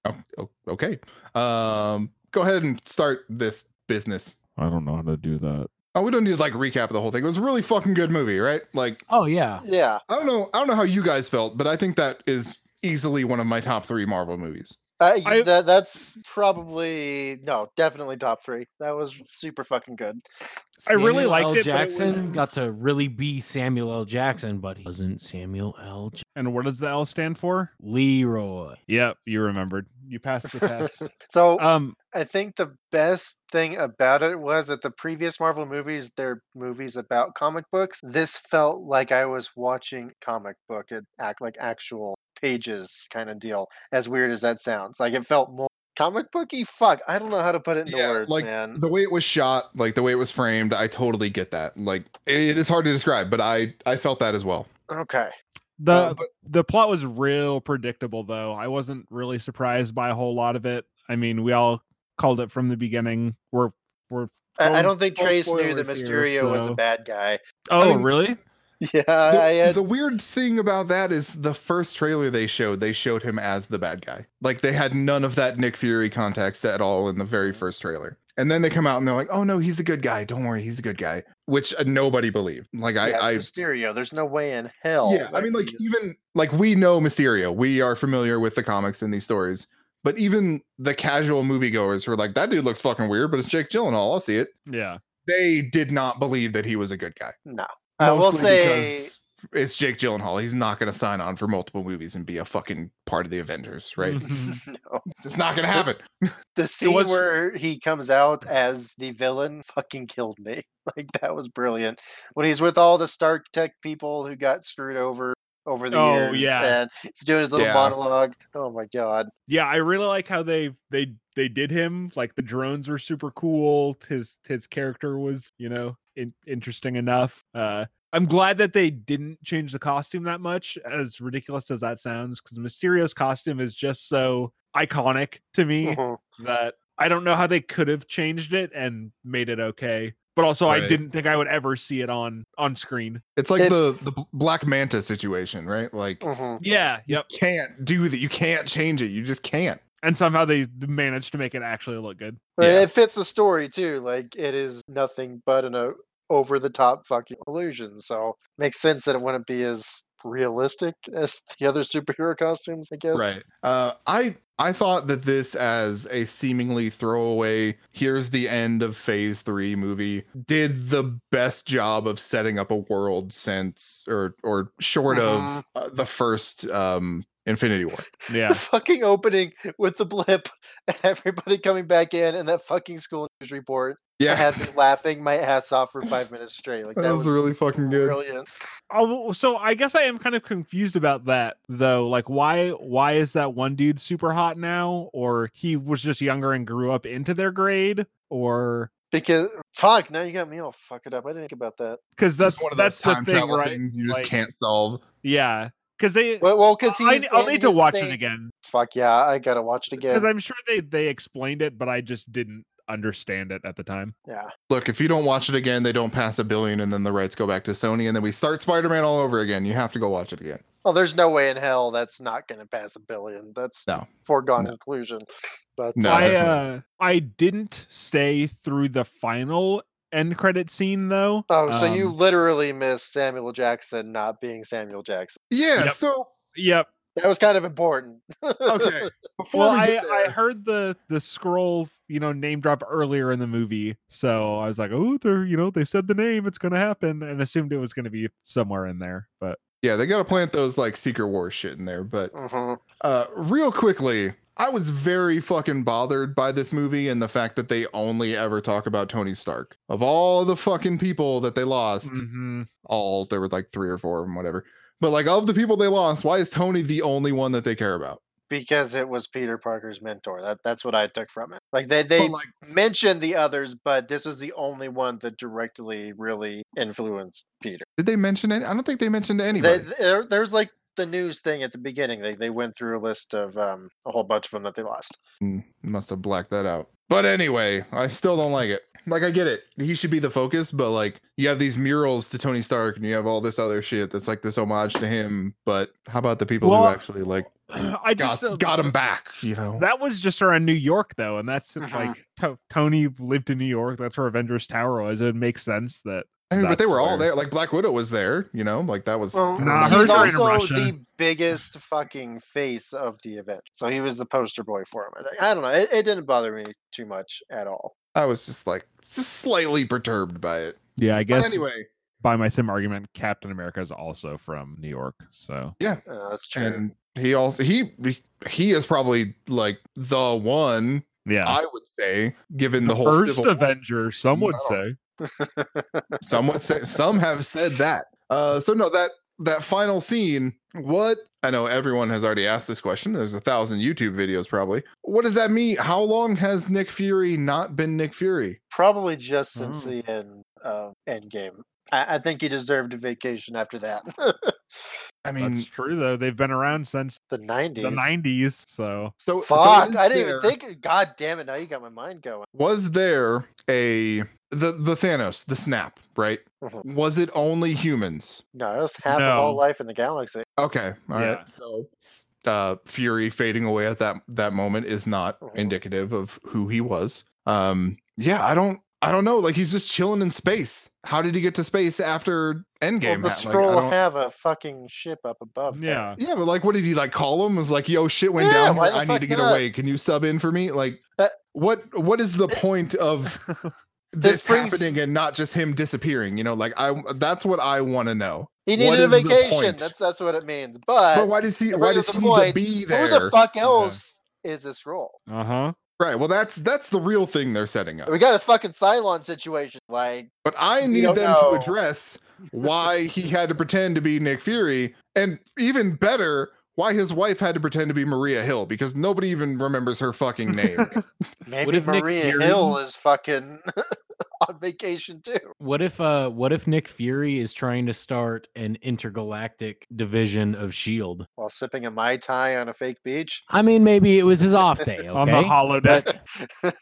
Oh, oh, okay. Um, go ahead and start this business. I don't know how to do that. Oh, we don't need to like recap the whole thing. It was a really fucking good movie, right? Like, Oh yeah. Yeah, I don't know, I don't know how you guys felt, but I think that is easily one of my top three Marvel movies. I, I- that, that's probably no, definitely top three. That was super fucking good. I really Samuel liked L. it, but it Jackson was- got to really be Samuel L. Jackson, but he wasn't Samuel L. J- And what does the L stand for? Leroy. Yep, you remembered. You passed the test. So um. I think the best thing about it was that the previous Marvel movies, they're movies about comic books. This felt like I was watching comic book, it act like actual pages kind of deal. As weird as that sounds, like it felt more comic booky. Fuck, I don't know how to put it into Yeah, words, like, man. the way it was shot like the way it was framed i totally get that like it is hard to describe but i i felt that as well Okay, The Uh, but- the plot was real predictable though. I wasn't really surprised by a whole lot of it. I mean, we all called it from the beginning. We're we're I, I Full- don't think full Trace knew that spoilers Mysterio here, was a so- bad guy. Oh, mean- really? Yeah, the, I uh, had, the weird thing about that is the first trailer they showed they showed him as the bad guy like they had none of that nick fury context at all in the very first trailer and then they come out and they're like oh no he's a good guy don't worry he's a good guy which uh, nobody believed like i yeah, i it's Mysterio. There's no way in hell. yeah i that mean like he- even like we know mysterio we are familiar with the comics and these stories but even the casual moviegoers who are like that dude looks fucking weird but it's jake gyllenhaal i'll see it Yeah. they did not believe that he was a good guy no. I will Mostly say- because it's jake gyllenhaal he's not going to sign on for multiple movies and be a fucking part of the avengers right Mm-hmm. no. it's just not going to happen The scene was- where he comes out as the villain fucking killed me. Like that was brilliant. When he's with all the Stark Tech people who got screwed over over the Oh, years. yeah. And he's doing his little Yeah. monologue. Oh my god. Yeah, I really like how they they they did him. Like the drones were super cool. His his character was, you know, in, interesting enough. Uh I'm glad that they didn't change the costume that much, as ridiculous as that sounds, because Mysterio's costume is just so iconic to me Mhm. that I don't know how they could have changed it and made it okay. But also, I Right. didn't think I would ever see it on on screen. It's like It- the the B- Black Manta situation, right? Like Mhm. Yeah, yep. you can't do that. You can't change it. You just can't. And somehow they managed to make it actually look good. But Yeah. it fits the story too. Like it is nothing but an o- over the top fucking illusion. So makes sense that it wouldn't be as realistic as the other superhero costumes, I guess. Right. Uh, I I thought that this as a seemingly throwaway here's the end of phase 3 movie did the best job of setting up a world since or or short Mhm. Uh-huh. of uh, the first um Infinity War. Yeah. The fucking opening with the blip and everybody coming back in and that fucking school news report Yeah. had me laughing my ass off for five minutes straight. Like that, was, really fucking good. brilliant. Oh, so I guess I am kind of confused about that though. Like, why why is that one dude super hot now, or he was just younger and grew up into their grade, or Because fuck, now you got me all fucking up. I didn't think about that. because That's that's one of that's those time the thing, travel right? things you just Like- can't solve. Yeah, because they. Well, well, because I, will need to watch it again Fuck yeah, I gotta watch it again. because I'm sure they they explained it, but I just didn't understand it at the time. yeah, Look, if you don't watch it again, they don't pass a billion and then the rights go back to Sony and then we start Spider-Man all over again. You have to go watch it again. well, there's no way in hell that's not gonna pass a billion. That's No. foregone No. conclusion. But No, uh, I definitely. uh, I didn't stay through the final end credit scene though. oh, so you Um, literally missed Samuel Jackson not being Samuel Jackson. Yeah, Yep. so Yep. That was kind of important. okay. Before Well, we I, get I heard the the scroll, you know, name drop earlier in the movie, so I was like, oh, they're you know they said the name, it's gonna happen, and assumed it was gonna be somewhere in there. But Yeah, they got to plant those like Secret War shit in there. But Mhm. uh, real quickly, I was very fucking bothered by this movie and the fact that they only ever talk about Tony Stark. Of all the fucking people that they lost, Mm. all there were like three or four of them, whatever. But like of the people they lost, why is Tony the only one that they care about? Because it was Peter Parker's mentor. That that's what I took from it. Like they But, they like, mentioned the others, but this was the only one that directly really influenced Peter. did they mention it? I don't think they mentioned They, anybody. there, there's like the news thing at the beginning. They they went through a list of um, a whole bunch of them that they lost. Hmm, must have blacked that out. But anyway, I still don't like it. Like I get it. He should be the focus, but like you have these murals to Tony Stark and you have all this other shit that's like this homage to him, but how about the people Well, who actually like I got, just uh, got him back, you know? that was just around New York though, and that's Uh-huh. Mhm. like to- Tony lived in New York. That's where Avengers Tower was. It makes sense that I mean, but they that's were all where- there. Like Black Widow was there, you know? Like that was Well, that Nah, was- he's her in also Russia. the biggest fucking face of the event, so he was the poster boy for him. I, think. I don't know. It, it didn't bother me too much at all. I was just like just slightly perturbed by it. yeah, I But guess anyway, by my sim argument, Captain America is also from New York, so Uh, that's true. and he also he he is probably like the one yeah. I would say, given the, whole First Civil War Avenger, some would No. say. some would say some have said that uh so no that that final scene what i know everyone has already asked this question there's a thousand youtube videos probably what does that mean how long has nick fury not been nick fury Probably just since Mm. Oh. the end of Endgame. I, I think he deserved a vacation after that. i mean That's true though. They've been around since the nineties. the 90s, so so so Fuck! is I didn't there- even think. God damn it! Now you got my mind going. was there a the the thanos the snap right Mhm. was it only humans No, it was half of all No. life in the galaxy. okay all right. Yeah. so uh fury fading away at that that moment is not Mhm. indicative of who he was um yeah i don't i don't know like he's just chilling in space how did he get to space after Well, endgame the ha- like, I scroll don't- have a fucking ship up above. there. yeah. yeah but like what did he like call him It was like yo shit went Yeah, down why here. the i fuck need to get not? away can you sub in for me like Uh, what what is the point of This this, brings- happening and not just him disappearing you know like i that's what i want to know He What needed a is the vacation. point? That's that's what it means. but Uh, But, why does he that why brings does up he the need to point, be who there the fuck Yeah. else is this role? Uh-huh. right well that's that's the real thing they're setting up We got a fucking Cylon situation. Like, But I We need don't them know. to address why he had to pretend to be Nick Fury, and even better, why his wife had to pretend to be Maria Hill because nobody even remembers her fucking name. Maybe if Nick Maria Fury- Hill is fucking on vacation too. What if uh what if Nick Fury is trying to start an intergalactic division of Shield? While sipping a Mai Tai on a fake beach. E I mean maybe it was his off day, okay? on the holodeck.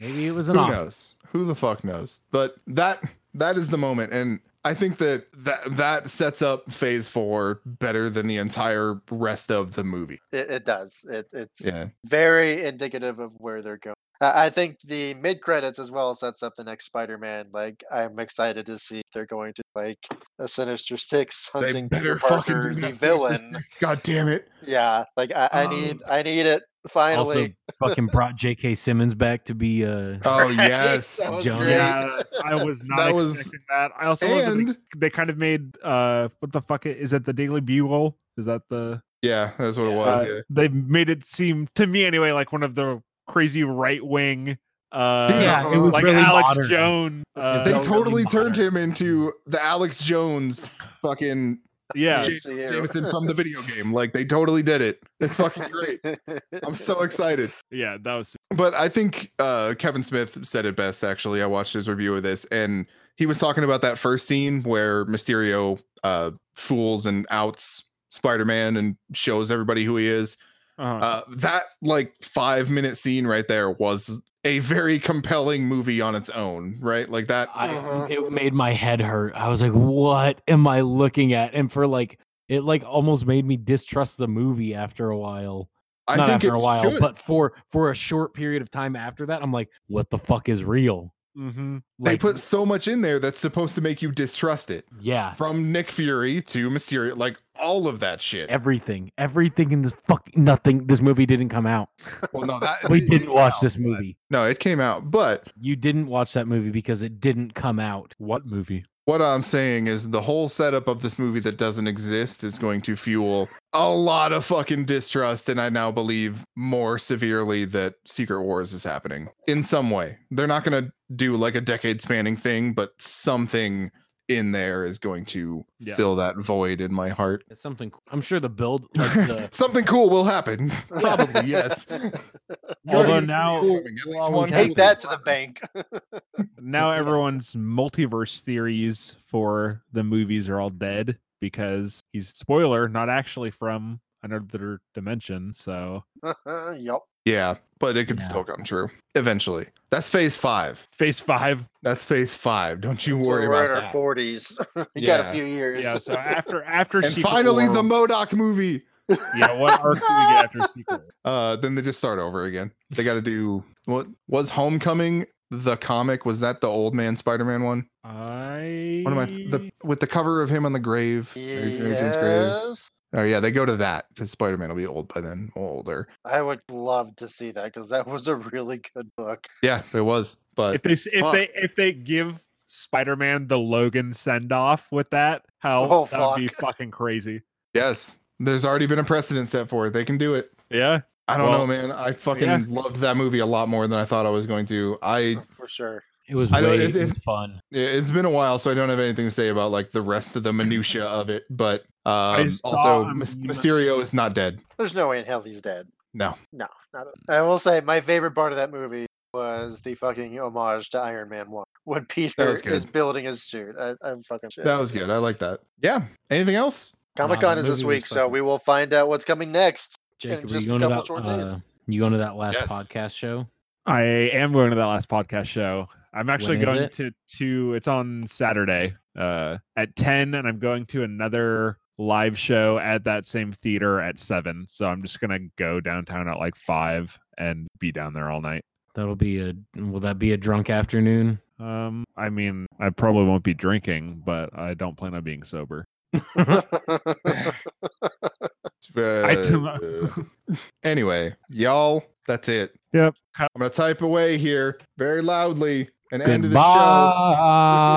maybe it was Who an off. knows? Who the fuck knows? But that that is the moment, and I think that that that sets up Phase Four better than the entire rest of the movie. it, it does. It, it's Yeah. very indicative of where they're going. I I think the mid credits as well sets up the next Spider-Man. Like I'm excited to see if they're going to like a Sinister Six They hunting Peter better fucking Parker, do the that Sinister villain. Six. God damn it. Yeah, like I, I need, Um, I need it finally. Also fucking brought J.K. Simmons back to be uh Oh Right? yes. That was John. great. Oh, Yeah, I was not That was- expecting that. I also love that they- And they kind of made uh what the fuck i- is it the Daily Bugle? Is that the yeah, that's what it Yeah. was. uh, yeah. they made it seem to me anyway like one of the crazy right wing uh yeah, it was like really Alex modern. Joan. Uh, they that was really totally turned modern. him into the Alex Jones fucking yeah. James, MCU. Jameson from the video game. Like they totally did it. It's fucking great. I'm so excited. Yeah, that was But I think uh, Kevin Smith said it best. Actually, I watched his review of this, and he was talking about that first scene where Mysterio uh, fools and outs Spider-Man and shows everybody who he is. uh Uh-huh. Uh, that like five minute scene right there was a very compelling movie on its own. Right, like that. I, Uh-huh. it made my head hurt. I was like, "What am I looking at?" And for like, it like almost made me distrust the movie after a while. I Not think after a it while, should. but for for a short period of time after that, I'm like, "What the fuck is real?" mhm. they Mm-hmm. Like, put so much in there that's supposed to make you distrust it. yeah, From Nick Fury to Mysterio, like all of that shit. everything, everything in this fuck nothing. This movie didn't come out. Well, no, that We it didn't came watch out, this but- movie. No, it came out. But You didn't watch that movie because it didn't come out. What movie? what I'm saying is the whole setup of this movie that doesn't exist is going to fuel a lot of fucking distrust. And I now believe more severely that Secret Wars is happening in some way. They're not going to do like a decade spanning thing, but something in there is going to Yeah. fill that void in my heart. It's something. I'm sure the build, like the, Something cool will happen. Probably, yes. Although Yours is now cool. At least always one have cool Take that to thing. the bank. now So- everyone's multiverse theories for the movies are all dead because he's spoiler not actually from another dimension. So yep. Yeah, but it could Yeah. still come true eventually. That's phase five. phase five That's phase five. Don't you So worry we're in about our that. forties. you got Yeah. a few years. Yeah, so after after And Secret finally, War- the Modoc movie. yeah, what arc do we get after Secret? War? Uh, then they just start over again. They got to do what was Homecoming the comic? Was that the old man Spider Man one? I What am I the with the cover of him on the grave? Mary Jane Jane's grave. yes. Oh yeah, they go to that because Spider Man will be old by then, older. I would love to see that because that was a really good book. Yeah, it was. if But they s- if Fuck. they if they give Spider-Man the Logan send off with that, how Oh, that would be fucking crazy. yes, there's already been a precedent set for it. They can do it. Yeah. I don't Well, know, man. I fucking yeah. loved that movie a lot more than I thought I was going to. I For sure. it was I don't- way it- it- it was fun. Yeah, it's been a while, so I don't have anything to say about like the rest of the minutia of it. But um, saw also, a Mys- meme- Mysterio is not dead. There's no way in hell he's dead. No, No, not at- I will say my favorite part of that movie was the fucking homage to Iron Man One when Peter was good. is building his suit. I, I'm fucking shit. that was good. I like that. Yeah. Anything else? Comic Con Nah, is the this movie week, was so fucking- we will find out what's coming next. in Jacob, are just you a going to couple that? short days. Uh, you going to that last Yes. podcast show? I am going to that last podcast show. I'm actually When is going it? to two it's on Saturday uh at 10 and I'm going to another live show at that same theater at 7. So I'm just going to go downtown at like 5 and be down there all night. That'll be a will that be a drunk afternoon? Um I mean, I probably won't be drinking, but I don't plan on being sober. Uh, took- uh, anyway, y'all, that's it. Yep. I'm gonna type away here very loudly and end of the show. Goodbye.